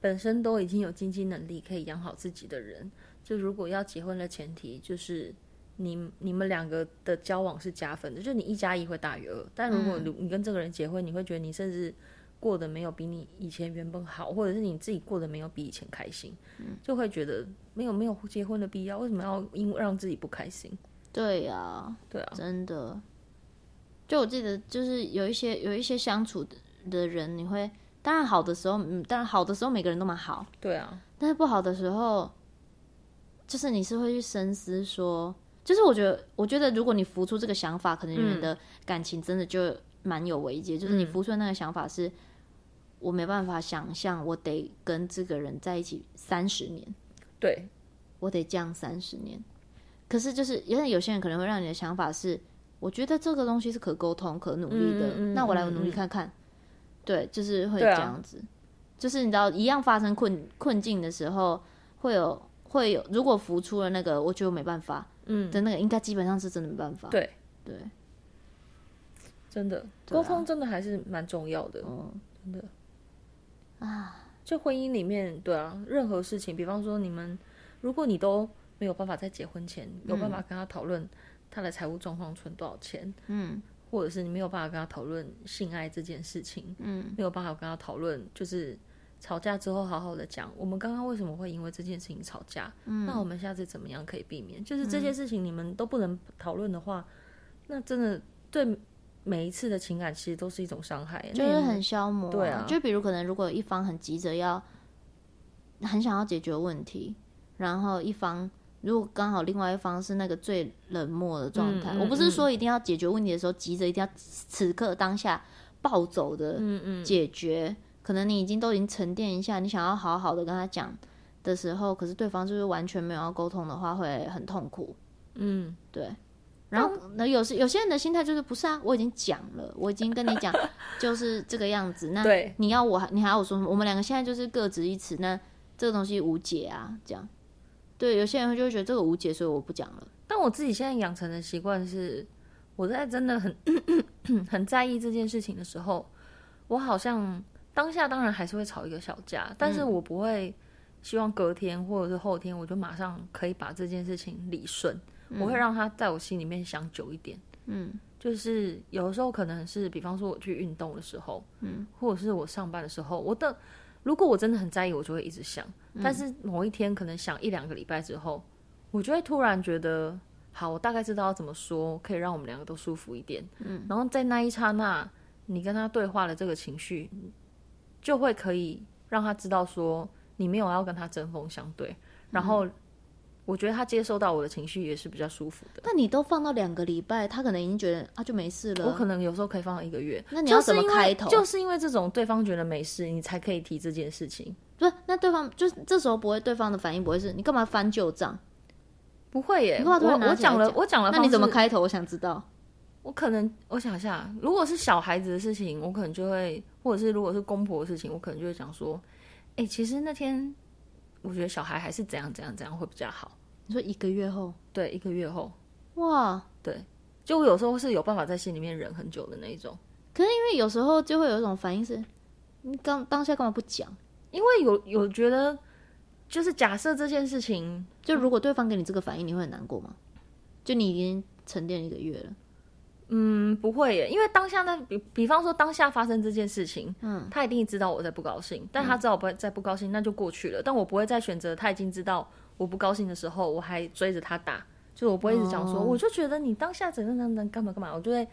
Speaker 1: 本身都已经有经济能力可以养好自己的人，就如果要结婚的前提就是你你们两个的交往是加分的，就你一加一会大于二。但如果
Speaker 2: 嗯
Speaker 1: 你你跟这个人结婚，你会觉得你甚至过得没有比你以前原本好，或者是你自己过得没有比以前开心，
Speaker 2: 嗯
Speaker 1: 就会觉得没有没有结婚的必要，为什么要因为让自己不开心？
Speaker 2: 对呀、
Speaker 1: 对啊，
Speaker 2: 真的。就我记得，就是有一些有一些相处的的人，你会当然好的时候，嗯，当然好的时候每个人都蛮好，
Speaker 1: 对啊，
Speaker 2: 但是不好的时候，就是你是会去深思说，就是我觉得，我觉得如果你浮出这个想法，可能你们的感情真的就蛮有危机。就是你浮出的那个想法是，我没办法想象，我得跟这个人在一起三十年，
Speaker 1: 对，
Speaker 2: 我得这样三十年。可是就是，因为有些人可能会让你的想法是，我觉得这个东西是可沟通、可努力
Speaker 1: 嗯
Speaker 2: 的，
Speaker 1: 嗯嗯
Speaker 2: 那我来
Speaker 1: 嗯
Speaker 2: 努力
Speaker 1: 嗯
Speaker 2: 看看。对，就是会这
Speaker 1: 对啊
Speaker 2: 样子，就是你知道，一样发生困困境的时候，会有会有，如果浮出了那个，我觉得我没办法
Speaker 1: 嗯，
Speaker 2: 的那个，应该基本上是真的没办法。
Speaker 1: 对
Speaker 2: 对，
Speaker 1: 真的
Speaker 2: 对
Speaker 1: 沟
Speaker 2: 啊
Speaker 1: 通真的还是蛮重要的。
Speaker 2: 嗯，
Speaker 1: 就婚姻里面，对啊，任何事情，比方说你们，如果你都没有办法在结婚前有办法跟他讨论他的财务状况存多少钱，
Speaker 2: 嗯，
Speaker 1: 或者是你没有办法跟他讨论性爱这件事情，
Speaker 2: 嗯，
Speaker 1: 没有办法跟他讨论，就是吵架之后好好的讲，我们刚刚为什么会因为这件事情吵架，嗯，那我们下次怎么样可以避免？就是
Speaker 2: 嗯
Speaker 1: 这些事情你们都不能讨论的话，那真的对每一次的情感其实都是一种伤害，
Speaker 2: 就
Speaker 1: 那
Speaker 2: 是
Speaker 1: 你们
Speaker 2: 很消磨、
Speaker 1: 对啊
Speaker 2: 就比如可能如果有一方很急着要，很想要解决问题，然后一方。如果刚好另外一方是那个最冷漠的状态，
Speaker 1: 嗯嗯
Speaker 2: 我不是说一定要解决问题的时候急着一定要此刻当下暴走的
Speaker 1: 嗯嗯
Speaker 2: 解决，可能你已经都已经沉淀一下，你想要好好的跟他讲的时候，可是对方就是完全没有要沟通的话，会很痛苦。
Speaker 1: 嗯，
Speaker 2: 对。然后那有时有些人的心态就是不是啊，我已经讲了，我已经跟你 讲就是这个样子。那
Speaker 1: 对
Speaker 2: 你要我还你还要我说什么？我们两个现在就是各执一词，那这个东西无解啊，这样。对，有些人就会觉得这个无解，所以我不讲了。
Speaker 1: 但我自己现在养成的习惯是，我在真的很 很在意这件事情的时候，我好像当下当然还是会吵一个小架，但是我不会希望隔天或者是后天我就马上可以把这件事情理顺，我会让它在我心里面想久一点。
Speaker 2: 嗯
Speaker 1: 就是有的时候可能是，比方说我去运动的时候，嗯，或者是我上班的时候，我的如果我真的很在意，我就会一直想。但是某一天可能想一两个礼拜之后，我就会突然觉得，好，我大概知道要怎么说，可以让我们两个都舒服一点。嗯，然后在那一刹那，你跟他对话的这个情绪，就会可以让他知道说你没有要跟他针锋相对，然后。我觉得他接收到我的情绪也是比较舒服的。
Speaker 2: 但你都放到两个礼拜，他可能已经觉得啊就没事了。
Speaker 1: 我可能有时候可以放到一个月。
Speaker 2: 那你要怎么开头
Speaker 1: 就是因为？就是因为这种对方觉得没事，你才可以提这件事情。
Speaker 2: 不是，那对方就是这时候不会，对方的反应不会是你干嘛翻旧账？
Speaker 1: 不会耶，
Speaker 2: 你干
Speaker 1: 我
Speaker 2: 嘛突然拿
Speaker 1: 我
Speaker 2: 起来
Speaker 1: 讲了，
Speaker 2: 讲
Speaker 1: 我讲了，
Speaker 2: 那你怎么？开头？我想知道。
Speaker 1: 我可能我想一下，如果是小孩子的事情，我可能就会，或者是如果是公婆的事情，我可能就会讲说，哎、其实那天我觉得小孩还是怎样怎样怎样会比较好。
Speaker 2: 你说一个月后，
Speaker 1: 对，一个月后，
Speaker 2: 哇，
Speaker 1: 就我有时候是有办法在心里面忍很久的那一种。
Speaker 2: 可是因为有时候就会有一种反应是，你刚当下干嘛不讲？
Speaker 1: 因为有有觉得，就是假设这件事情
Speaker 2: 就如果对方给你这个反应，你会很难过吗？就你已经沉淀一个月了，
Speaker 1: 嗯，不会耶，因为当下那比比方说当下发生这件事情，嗯，他一定知道我在不高兴，但
Speaker 2: 嗯
Speaker 1: 他知道我不会在不高兴，那就过去了。但我不会再选择他已经知道我不高兴的时候，我还追着他打，就是我不会一直讲说，
Speaker 2: 哦
Speaker 1: 我就觉得你当下怎样怎样怎样干嘛干嘛，我就会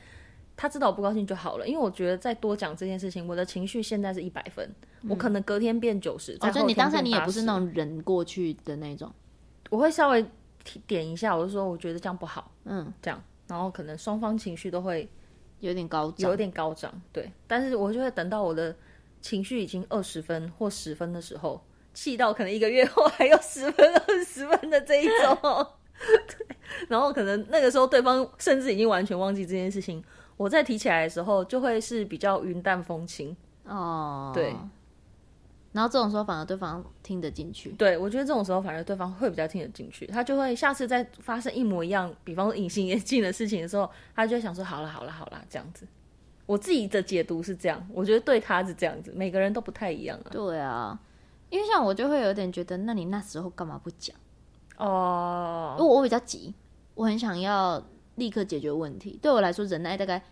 Speaker 1: 他知道我不高兴就好了，因为我觉得再多讲这件事情，我的情绪现在是一百分，我可能隔天变九十、
Speaker 2: 嗯哦，
Speaker 1: 再
Speaker 2: 就
Speaker 1: 后
Speaker 2: 你
Speaker 1: 天
Speaker 2: 当下
Speaker 1: 变
Speaker 2: 你也不是
Speaker 1: 80
Speaker 2: 那种忍过去的那种，
Speaker 1: 我会稍微提点一下，我就说我觉得这样不好，
Speaker 2: 嗯，
Speaker 1: 这样，然后可能双方情绪都会
Speaker 2: 有点高涨
Speaker 1: 有，点高涨，对。但是我就会等到我的情绪已经二十分或十分的时候，气到可能一个月后还有十分、二十分的这一种， 对，然后可能那个时候对方甚至已经完全忘记这件事情，我再提起来的时候就会是比较云淡风轻。
Speaker 2: 哦，
Speaker 1: 对。
Speaker 2: 然后这种时候反而对方听得进去，
Speaker 1: 对我觉得这种时候反而对方会比较听得进去，他就会下次再发生一模一样，比方说隐形眼镜的事情的时候，他就会想说好了好了好了这样子。我自己的解读是这样，我觉得对他是这样子，每个人都不太一样啊。
Speaker 2: 对啊，因为像我就会有点觉得，那你那时候干嘛不讲？
Speaker 1: 哦
Speaker 2: 因为我比较急，我很想要立刻解决问题。对我来说，忍耐大概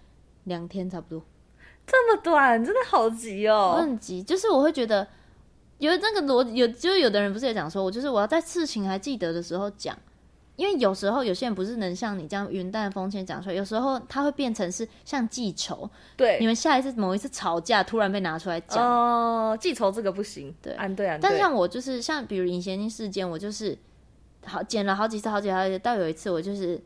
Speaker 2: 两天差不多。
Speaker 1: 这么短，真的好急
Speaker 2: 我
Speaker 1: 哦。
Speaker 2: 很急，就是我会觉得有那个逻有，就是有的人不是也讲说，我就是我要在事情还记得的时候讲，因为有时候有些人不是能像你这样云淡风轻讲出来，有时候他会变成是像记仇，
Speaker 1: 对，
Speaker 2: 你们下一次某一次吵架突然被拿出来讲。
Speaker 1: 哦，记仇这个不行，对，安对安对。
Speaker 2: 但像我就是像比如隐形眼镜事件，我就是好剪了好几次，好几次，好几次，到有一次我就是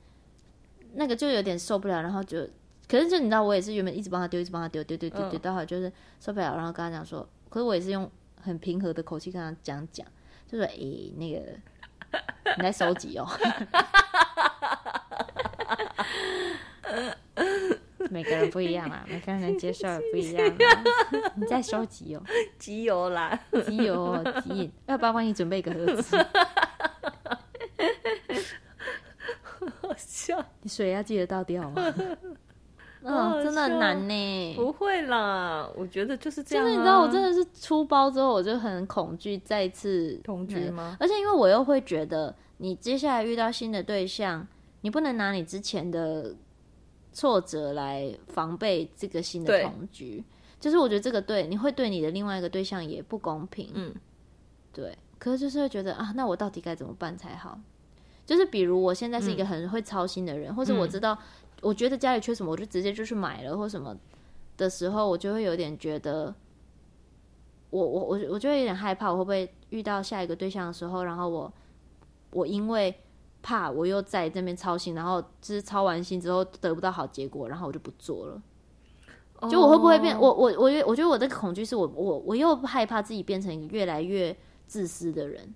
Speaker 2: 那个就有点受不了，然后就可是就你知道，我也是原本一直帮他丢，一直帮他丢，丢丢丢丢，到后来就是受不了，然后跟他讲说，可是我也是用很平和的口气跟他讲讲，就说诶、那个你在收集哦。 每个人不一样啊，每个人能接受也不一样啊。你在收集哦，
Speaker 1: 集邮啦，
Speaker 2: 集邮哦，集邮， 要不要帮你准备一个盒子？
Speaker 1: 好笑，
Speaker 2: 你水要记得倒掉 哦。
Speaker 1: 好好
Speaker 2: 嗯，真的
Speaker 1: 笑哦
Speaker 2: 很难呢。
Speaker 1: 不会啦，我觉得就是这
Speaker 2: 就
Speaker 1: 样、啊。
Speaker 2: 是你知道，我真的是出包之后，我就很恐惧再次嗯
Speaker 1: 恐惧吗
Speaker 2: 而且因为我又会觉得，你接下来遇到新的对象，你不能拿你之前的挫折来防备这个新的
Speaker 1: 对
Speaker 2: 恐惧。就是我觉得这个对你会对你的另外一个对象也不公平。
Speaker 1: 嗯，
Speaker 2: 对。可是就是会觉得啊，那我到底该怎么办才好？就是比如我现在是一
Speaker 1: 嗯
Speaker 2: 个很会操心的人，或者我知道、我觉得家里缺什么，我就直接就去买了或什么的时候，我就会有点觉得，我我我我就会有点害怕，我会不会遇到下一个对象的时候，然后我我因为怕我又在这边操心，然后就是操完心之后得不到好结果，然后我就不做了。就我会不会变？
Speaker 1: 哦
Speaker 2: 我我我觉得我觉得我这个恐惧是我我我又害怕自己变成一个越来越自私的人。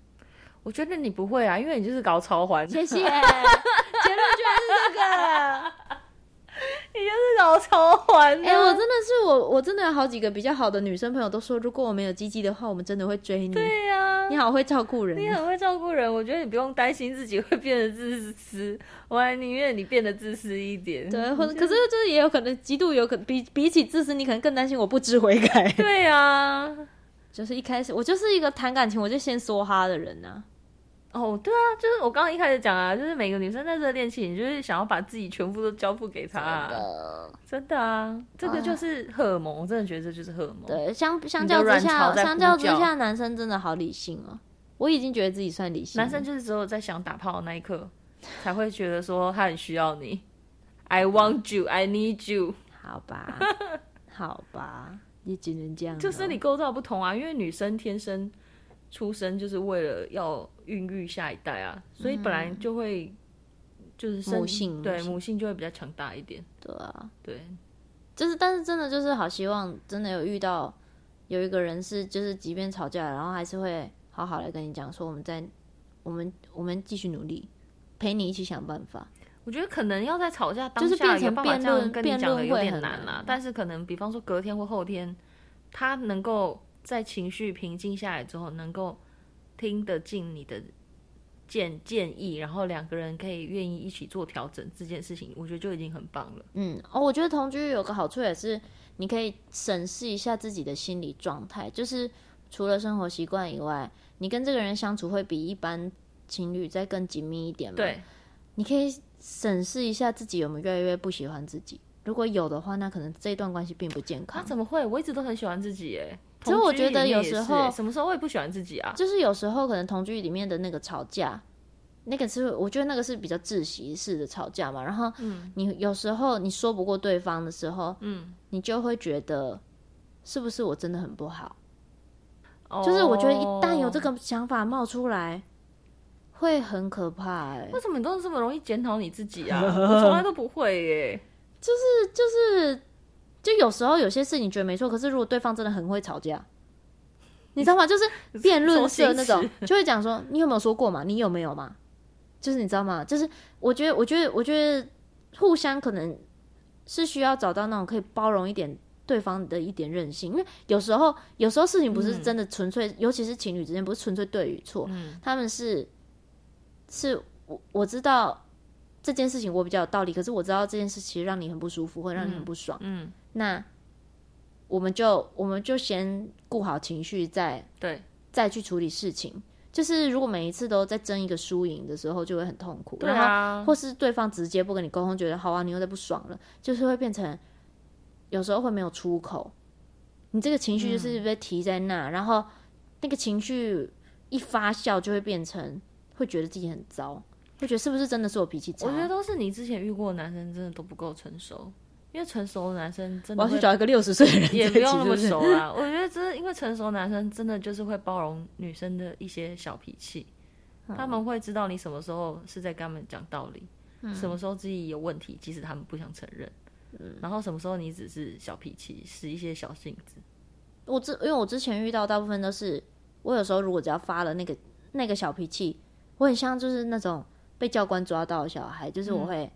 Speaker 1: 我觉得你不会啊，因为你就是搞超环，
Speaker 2: 谢谢，结
Speaker 1: 你
Speaker 2: 论居然是这个。
Speaker 1: 就是搞超环、啊。
Speaker 2: 哎、我真的是我，我真的有好几个比较好的女生朋友都说，如果我没有鸡鸡的话，我们真的会追你。
Speaker 1: 对呀、
Speaker 2: 你好会照顾人
Speaker 1: 你
Speaker 2: 啊，
Speaker 1: 很会照顾人，我觉得你不用担心自己会变得自私，我还宁愿你变得自私一点。
Speaker 2: 对，或者可是就是也有可能极度有可能比比起自私，你可能更担心我不知悔改。
Speaker 1: 对啊，
Speaker 2: 就是一开始我就是一个谈感情我就先梭哈的人啊呐、
Speaker 1: 哦，对啊，就是我刚刚一开始讲啊，就是每个女生在热恋期，你就是想要把自己全部都交付给他、啊
Speaker 2: 呃
Speaker 1: 真的啊，这个就是荷尔蒙，我真的觉得这就是荷尔蒙。
Speaker 2: 对，相相
Speaker 1: 你的
Speaker 2: 较之
Speaker 1: 卵巢
Speaker 2: 下，
Speaker 1: 在
Speaker 2: 相
Speaker 1: 呼
Speaker 2: 较之
Speaker 1: 叫
Speaker 2: 下，男生真的好理性哦。我已经觉得自己算理性了，
Speaker 1: 男生就是只有在想打炮的那一刻，才会觉得说他很需要你。I want you, I need you，
Speaker 2: 好吧，好吧，也只能这样了。
Speaker 1: 就是你构造不同啊，因为女生天生出生就是为了要孕育下一代啊，所以本来就会就是生
Speaker 2: 嗯母性母
Speaker 1: 对
Speaker 2: 性
Speaker 1: 母性就会比较强大一点，
Speaker 2: 对啊，
Speaker 1: 对。
Speaker 2: 就是，但是真的就是好希望真的有遇到有一个人是，就是即便吵架了，然后还是会好好来跟你讲说，我们在我们我们继续努力，陪你一起想办法。
Speaker 1: 我觉得可能要在吵架当
Speaker 2: 就是
Speaker 1: 下
Speaker 2: 变
Speaker 1: 有
Speaker 2: 成
Speaker 1: 办法
Speaker 2: 辩
Speaker 1: 这样
Speaker 2: 论
Speaker 1: 跟你
Speaker 2: 辩
Speaker 1: 讲的
Speaker 2: 论
Speaker 1: 有
Speaker 2: 会
Speaker 1: 点
Speaker 2: 很
Speaker 1: 难啦、
Speaker 2: 难啊
Speaker 1: 但是可能比方说隔天或后天，他能够在情绪平静下来之后，能够听得进你的建建议，然后两个人可以愿意一起做调整这件事情，我觉得就已经很棒了。
Speaker 2: 嗯，哦，我觉得同居有个好处也是，你可以审视一下自己的心理状态，就是除了生活习惯以外，你跟这个人相处会比一般情侣再更紧密一点嘛？
Speaker 1: 对，
Speaker 2: 你可以审视一下自己有没有越来越不喜欢自己。如果有的话，那可能这一段关系并不健
Speaker 1: 他、
Speaker 2: 康。
Speaker 1: 啊怎么会？我一直都很喜欢自己耶。
Speaker 2: 所以
Speaker 1: 同
Speaker 2: 我
Speaker 1: 居
Speaker 2: 觉得
Speaker 1: 里面
Speaker 2: 有
Speaker 1: 也
Speaker 2: 时
Speaker 1: 是
Speaker 2: 候
Speaker 1: 耶什么时候我也不喜欢自己啊。
Speaker 2: 就是有时候可能同居里面的那个吵架，那个是我觉得那个是比较窒息式的吵架嘛。然后，你有时候你说不过对方的时候，嗯，你就会觉得是不是我真的很不好？就是我觉得一旦有这
Speaker 1: 哦，
Speaker 2: 个想法冒出来，会很可怕、欸。
Speaker 1: 为什么你都这 么容易检讨你自己啊？我从来都不会耶。
Speaker 2: 就是就有时候有些事你觉得没错，可是如果对方真的很会吵架，你知道吗？就是辩论社那种
Speaker 1: 周，
Speaker 2: 就会讲说你有没有说过嘛？你有没有嘛？就是你知道吗？就是我觉得，我觉得，我觉得互相可能是需要找到那种可以包容一点对方的一点任性，因为有时候有时候事情不是真的纯粹，尤其是情侣之间不是纯粹对与错，他们是是我我知道这件事情我比较有道理，可是我知道这件事其实让你很不舒服，会让你很不爽，
Speaker 1: 嗯，
Speaker 2: 那我们就我们就先顾好情绪，再
Speaker 1: 对
Speaker 2: 再去处理事情。就是如果每一次都在争一个输赢的时候，就会很痛苦。
Speaker 1: 对
Speaker 2: 然后
Speaker 1: 啊，
Speaker 2: 或是对方直接不跟你沟通，觉得好啊，你又在不爽了，就是会变成有时候会没有出口，你这个情绪就是被提在那，然后那个情绪一发酵就会变成会觉得自己很糟，会觉得是不是真的是我脾气差？
Speaker 1: 我觉得都是你之前遇过的男生真的都不够成熟，因为成熟的男生真
Speaker 2: 我
Speaker 1: 的
Speaker 2: 要去
Speaker 1: 会
Speaker 2: 找一个六十岁的 人
Speaker 1: 也不
Speaker 2: 在一起
Speaker 1: 用那么
Speaker 2: 是不是
Speaker 1: 熟啊 啦。我觉得只是因为成熟男生真的就是会包容女生的一些小脾气，
Speaker 2: 嗯
Speaker 1: 他们会知道你什么时候是在跟他们讲道理，
Speaker 2: 嗯
Speaker 1: 什么时候自己有问题，即使他们不想承认。
Speaker 2: 嗯
Speaker 1: 然后什么时候你只是小脾气，使一些小性子？
Speaker 2: 我之因为我之前遇到大部分都是，我有时候如果只要发了那个那个小脾气，我很像就是那种被教官抓到的小孩，就是我会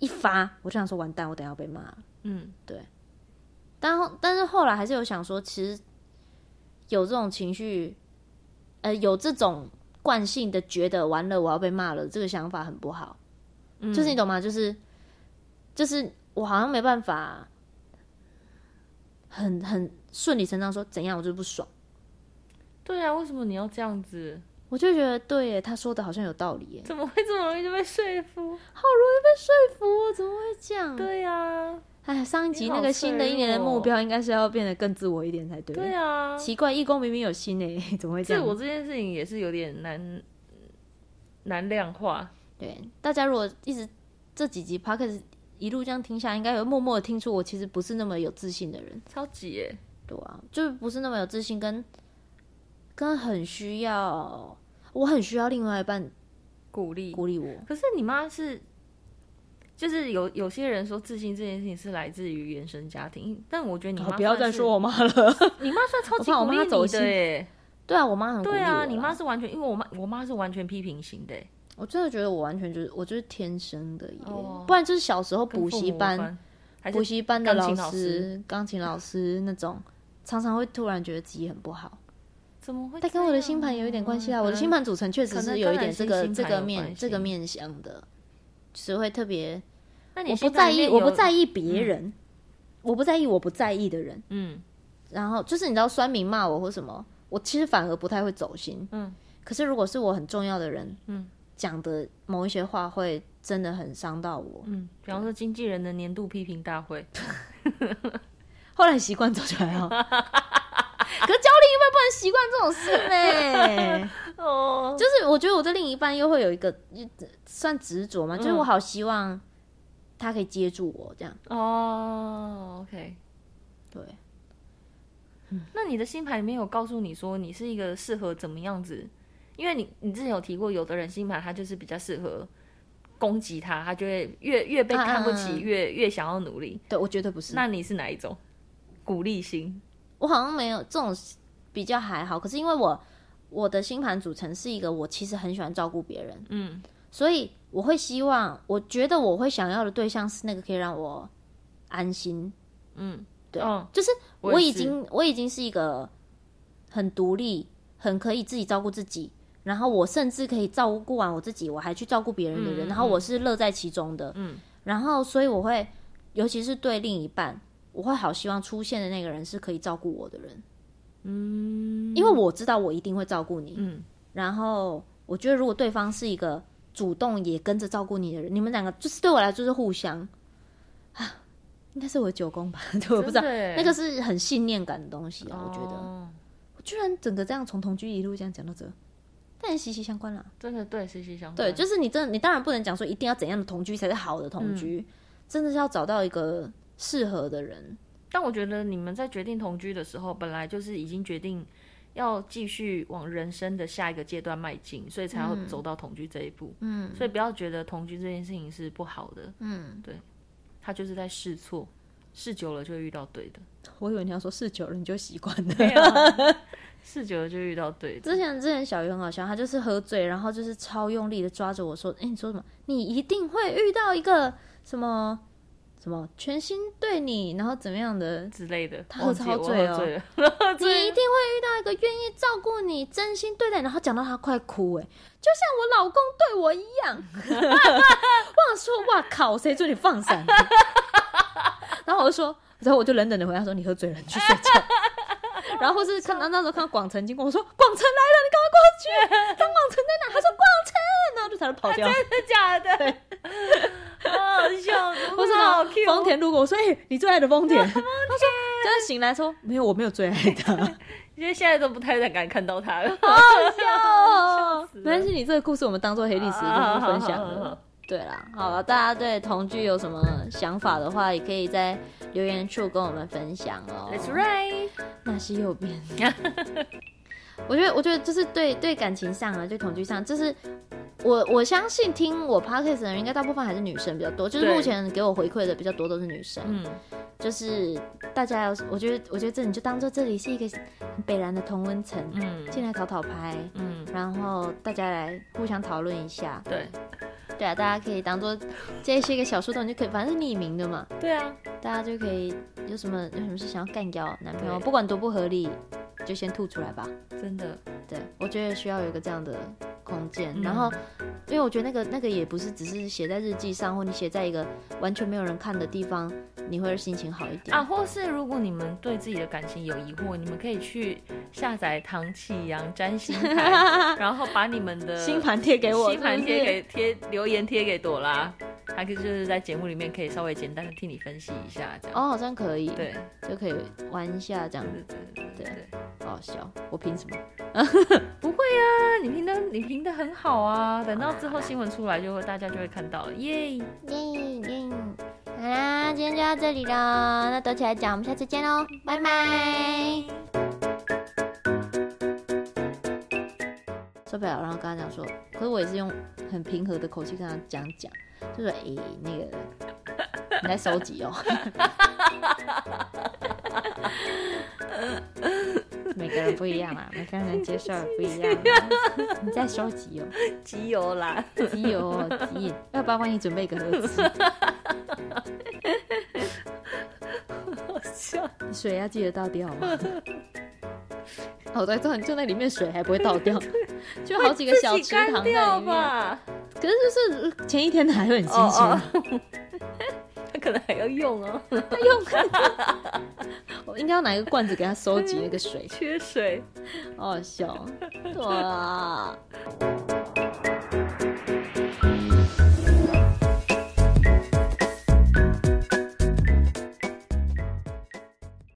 Speaker 2: 一发，我就想说完蛋，我等一下要被骂了。
Speaker 1: 嗯，
Speaker 2: 但后但是后来还是有想说，其实有这种情绪，呃，有这种惯性的觉得完了我要被骂了，这个想法很不好。
Speaker 1: 嗯
Speaker 2: 就是你懂吗？就是就是我好像没办法很很顺理成章说怎样，我就是不爽。
Speaker 1: 对啊，为什么你要这样子？
Speaker 2: 我就觉得对耶，他说的好像有道理耶，
Speaker 1: 怎么会这么容易就被说服？
Speaker 2: 服我怎么会这样？
Speaker 1: 对啊，
Speaker 2: 哎，上一集
Speaker 1: 你好
Speaker 2: 那个新的一年的目标应该是要变得更自我一点才哎对。
Speaker 1: 对啊，
Speaker 2: 奇怪，义工明明有新诶， 怎么会
Speaker 1: 自
Speaker 2: 这样？
Speaker 1: 我这件事情也是有点难难量化。
Speaker 2: 对，大家如果一直这几集 p o c a s t 一路这样听下来，应该有默默的听出我其实不是那么有自信的人，
Speaker 1: 超级耶，
Speaker 2: 对啊，就是不是那么有自信，跟跟很需要，我很需要另外一半
Speaker 1: 鼓励。
Speaker 2: 鼓励我。
Speaker 1: 可是你妈是，就是有有些人说自信这件事情是来自于原生家庭，但我觉得你妈、
Speaker 2: 不要再说，我妈了，
Speaker 1: 你妈算超级
Speaker 2: 我怕我
Speaker 1: 鼓
Speaker 2: 妈
Speaker 1: 励
Speaker 2: 走
Speaker 1: 你
Speaker 2: 心
Speaker 1: 的耶。
Speaker 2: 对啊，我妈很鼓励我
Speaker 1: 对
Speaker 2: 啦。
Speaker 1: 啊，你妈是完全，因为我妈我妈是完全批评型的耶，欸
Speaker 2: 我真的觉得我完全就是我就是天生的耶，
Speaker 1: 哦
Speaker 2: 不然就是小时候
Speaker 1: 跟
Speaker 2: 补
Speaker 1: 父
Speaker 2: 习
Speaker 1: 母无
Speaker 2: 班
Speaker 1: 关还
Speaker 2: 补
Speaker 1: 是
Speaker 2: 习班的
Speaker 1: 钢琴
Speaker 2: 老
Speaker 1: 老师
Speaker 2: 师、钢琴 老师那种，常常会突然觉得自己很不好。
Speaker 1: 怎么会？
Speaker 2: 但跟我的星盘有一点关系啊，我的星盘组成确实
Speaker 1: 可能
Speaker 2: 是有一
Speaker 1: 跟男
Speaker 2: 点这
Speaker 1: 性
Speaker 2: 个
Speaker 1: 星
Speaker 2: 这
Speaker 1: 盘
Speaker 2: 个
Speaker 1: 有
Speaker 2: 面
Speaker 1: 关
Speaker 2: 这个
Speaker 1: 系
Speaker 2: 面向的，就是会特别
Speaker 1: 那你
Speaker 2: 我不
Speaker 1: 星
Speaker 2: 在
Speaker 1: 盘里
Speaker 2: 意，
Speaker 1: 面
Speaker 2: 我不
Speaker 1: 有
Speaker 2: 在意别人，我不在意我不在意的人。
Speaker 1: 嗯
Speaker 2: 然后就是你知道酸民骂我或什么，我其实反而不太会走心。
Speaker 1: 嗯，
Speaker 2: 可是如果是我很重要的人，
Speaker 1: 嗯，
Speaker 2: 讲的某一些话会真的很伤到我。
Speaker 1: 嗯，比方说经纪人的年度批评大 会，
Speaker 2: 后来哦习惯走就还 好，可是交另一半不能习惯这种事呢、
Speaker 1: 哦，
Speaker 2: 就是我觉得我对另一半又会有一个一算执着
Speaker 1: 嗯
Speaker 2: 嘛，就是我好希望他可以接住我这样。
Speaker 1: 哦，OK。
Speaker 2: 对，
Speaker 1: 那你的星盘里面有告诉你说你是一个适合怎么样子？因为你你之前有提过，有的人星盘他就是比较适合攻击他，他就会越越被看不起，
Speaker 2: 啊
Speaker 1: 越越想要努力。
Speaker 2: 对我绝对不是，
Speaker 1: 那你是哪一种？鼓励型？
Speaker 2: 我好像没有这种比较还好，可是因为我我的星盘组成是一个我其实很喜欢照顾别人，
Speaker 1: 嗯
Speaker 2: 所以我会希望，我觉得我会想要的对象是那个可以让我安心，
Speaker 1: 嗯，
Speaker 2: 对
Speaker 1: 哦
Speaker 2: 就是
Speaker 1: 我
Speaker 2: 我
Speaker 1: 也
Speaker 2: 已
Speaker 1: 是
Speaker 2: 经我已经是一个很独立、很可以自己照顾自己，然后我甚至可以照顾完我自己，我还去照顾别人的人，
Speaker 1: 嗯
Speaker 2: 然后我是乐在其中的。
Speaker 1: 嗯，
Speaker 2: 然后所以我会，尤其是对另一半，我会好希望出现的那个人是可以照顾我的人。嗯，因为我知道我一定会照顾你。
Speaker 1: 嗯，
Speaker 2: 然后我觉得如果对方是一个主动也跟着照顾你的人，你们两个就是对我来说就是互相啊，应该是我的九宫吧， 对，我不知道。
Speaker 1: 那
Speaker 2: 那个是很信念感的东西啊，我觉得。
Speaker 1: 哦、
Speaker 2: 我居然整个这样从同居一路这样讲到这，但息息相关啦。
Speaker 1: 真的对息息相关。
Speaker 2: 对，就是你真的，你当然不能讲说一定要怎样的同居才是好的同居，真的是要找到一个适合的人。
Speaker 1: 但我觉得你们在决定同居的时候，本来就是已经决定要继续往人生的下一个阶段迈进，所以才要走到同居这一步。
Speaker 2: 嗯，
Speaker 1: 所以不要觉得同居这件事情是不好的，
Speaker 2: 嗯，
Speaker 1: 它就是在试错。试久了就会遇到对的，
Speaker 2: 我以为你要说试久了你就习惯了。
Speaker 1: 没有啊试久了就遇到对的。
Speaker 2: 之前之前小鱼很好笑，他就是喝醉，然后就是超用力的抓着我说：“哎、你说什么？你一定会遇到一个什么什么全心对你，然后怎么样的？
Speaker 1: 之类的，
Speaker 2: 他喝
Speaker 1: 忘记
Speaker 2: 超
Speaker 1: 我
Speaker 2: 醉哦
Speaker 1: 喝醉了，
Speaker 2: 你一定会遇到一个愿意照顾你、真心对待你，然后讲到他快哭、哎，就像我老公对我一样。我想说，哇靠，谁准你放闪的？ 然后我就说，然后我就冷冷的回答说，你喝醉了，你去睡觉。然后或是看到那时候看到广城经过，我说广城来了，你赶快过去。他广城在哪？他说广城，然后就才能跑掉。
Speaker 1: 真的假的？好好笑，怎么
Speaker 2: 或
Speaker 1: 会
Speaker 2: 是
Speaker 1: 好哦
Speaker 2: 那
Speaker 1: Q？
Speaker 2: 丰田路过，我说：“哎、你最爱的丰田。”他说：“真的醒来说没有，我没有最爱他。”
Speaker 1: 因为现在都不太敢看到他了。
Speaker 2: 哦笑
Speaker 1: 死了
Speaker 2: 但是你这个故事我们当做黑历史
Speaker 1: 啊
Speaker 2: 故事分享
Speaker 1: 好好好
Speaker 2: 了
Speaker 1: 好。
Speaker 2: 对啦，好了，大家对同居有什么想法的话，也可以在留言处跟我们分享哦。
Speaker 1: That's right，
Speaker 2: 那是右 边。我觉得，我觉得就是对对感情上啊，对同居上，就是我我相信听我 podcast 的人，应该大部分还是女生比较多。就是
Speaker 1: 对
Speaker 2: 目前给我回馈的比较多都是女生。
Speaker 1: 嗯，
Speaker 2: 就是大家有，我觉得，我觉得这你就当做这里是一个很北然的同温层，
Speaker 1: 嗯
Speaker 2: 进来讨讨拍。
Speaker 1: 嗯，
Speaker 2: 然后大家来互相讨论一下。
Speaker 1: 对，
Speaker 2: 对啊，大家可以当做这是一个小树洞，你就可以，反正是匿名的嘛，
Speaker 1: 对啊，
Speaker 2: 大家就可以有什么有什么事想要干掉男朋友，
Speaker 1: 对
Speaker 2: 不管多不合理，就先吐出来吧。
Speaker 1: 真的，
Speaker 2: 对，我觉得需要有一个这样的空间。
Speaker 1: 嗯
Speaker 2: 然后，因为我觉得那个那个也不是只是写在日记上，或你写在一个完全没有人看的地方，你会心情好一点。
Speaker 1: 啊，或是如果你们对自己的感情有疑惑，你们可以去下载唐启阳占星 台，然后把你们的
Speaker 2: 星盘贴给我，
Speaker 1: 星盘
Speaker 2: 是不是
Speaker 1: 贴给贴留言贴给朵拉，还可以就是在节目里面可以稍微简单的替你分析一下，这样。
Speaker 2: 哦，好像可以，
Speaker 1: 对，
Speaker 2: 就可以玩一下这样，
Speaker 1: 对对对对对。
Speaker 2: 好好笑。我凭什么？
Speaker 1: 不会啊，你评的你评的很好啊，等到之后新闻出来就会大家就会看到了，耶！
Speaker 2: 耶耶！好啦，今天就到这里喽，那躲起来讲，我们下次见喽，拜拜。受不了，然后跟他讲说，可是我也是用很平和的口气跟他讲讲，就说诶、那个你在收集哦，每个人不一样啦，啊每个人能接受的不一样啦，你在收集哦。
Speaker 1: 集邮啦，
Speaker 2: 基友，基友，要不要帮你准备一个盒子？
Speaker 1: 笑
Speaker 2: 你水要记得倒掉 吗？好在就就那里面水还不会倒掉，就好几个小
Speaker 1: 自己
Speaker 2: 池塘
Speaker 1: 干
Speaker 2: 在
Speaker 1: 掉
Speaker 2: 里面。
Speaker 1: 吧，
Speaker 2: 可是就是前一天的还会很啊新鲜，
Speaker 1: 哦他可能还要用哦，
Speaker 2: 他用我应该要拿一个罐子给他收集那个水，
Speaker 1: 缺水。
Speaker 2: 好好笑哦。对啊。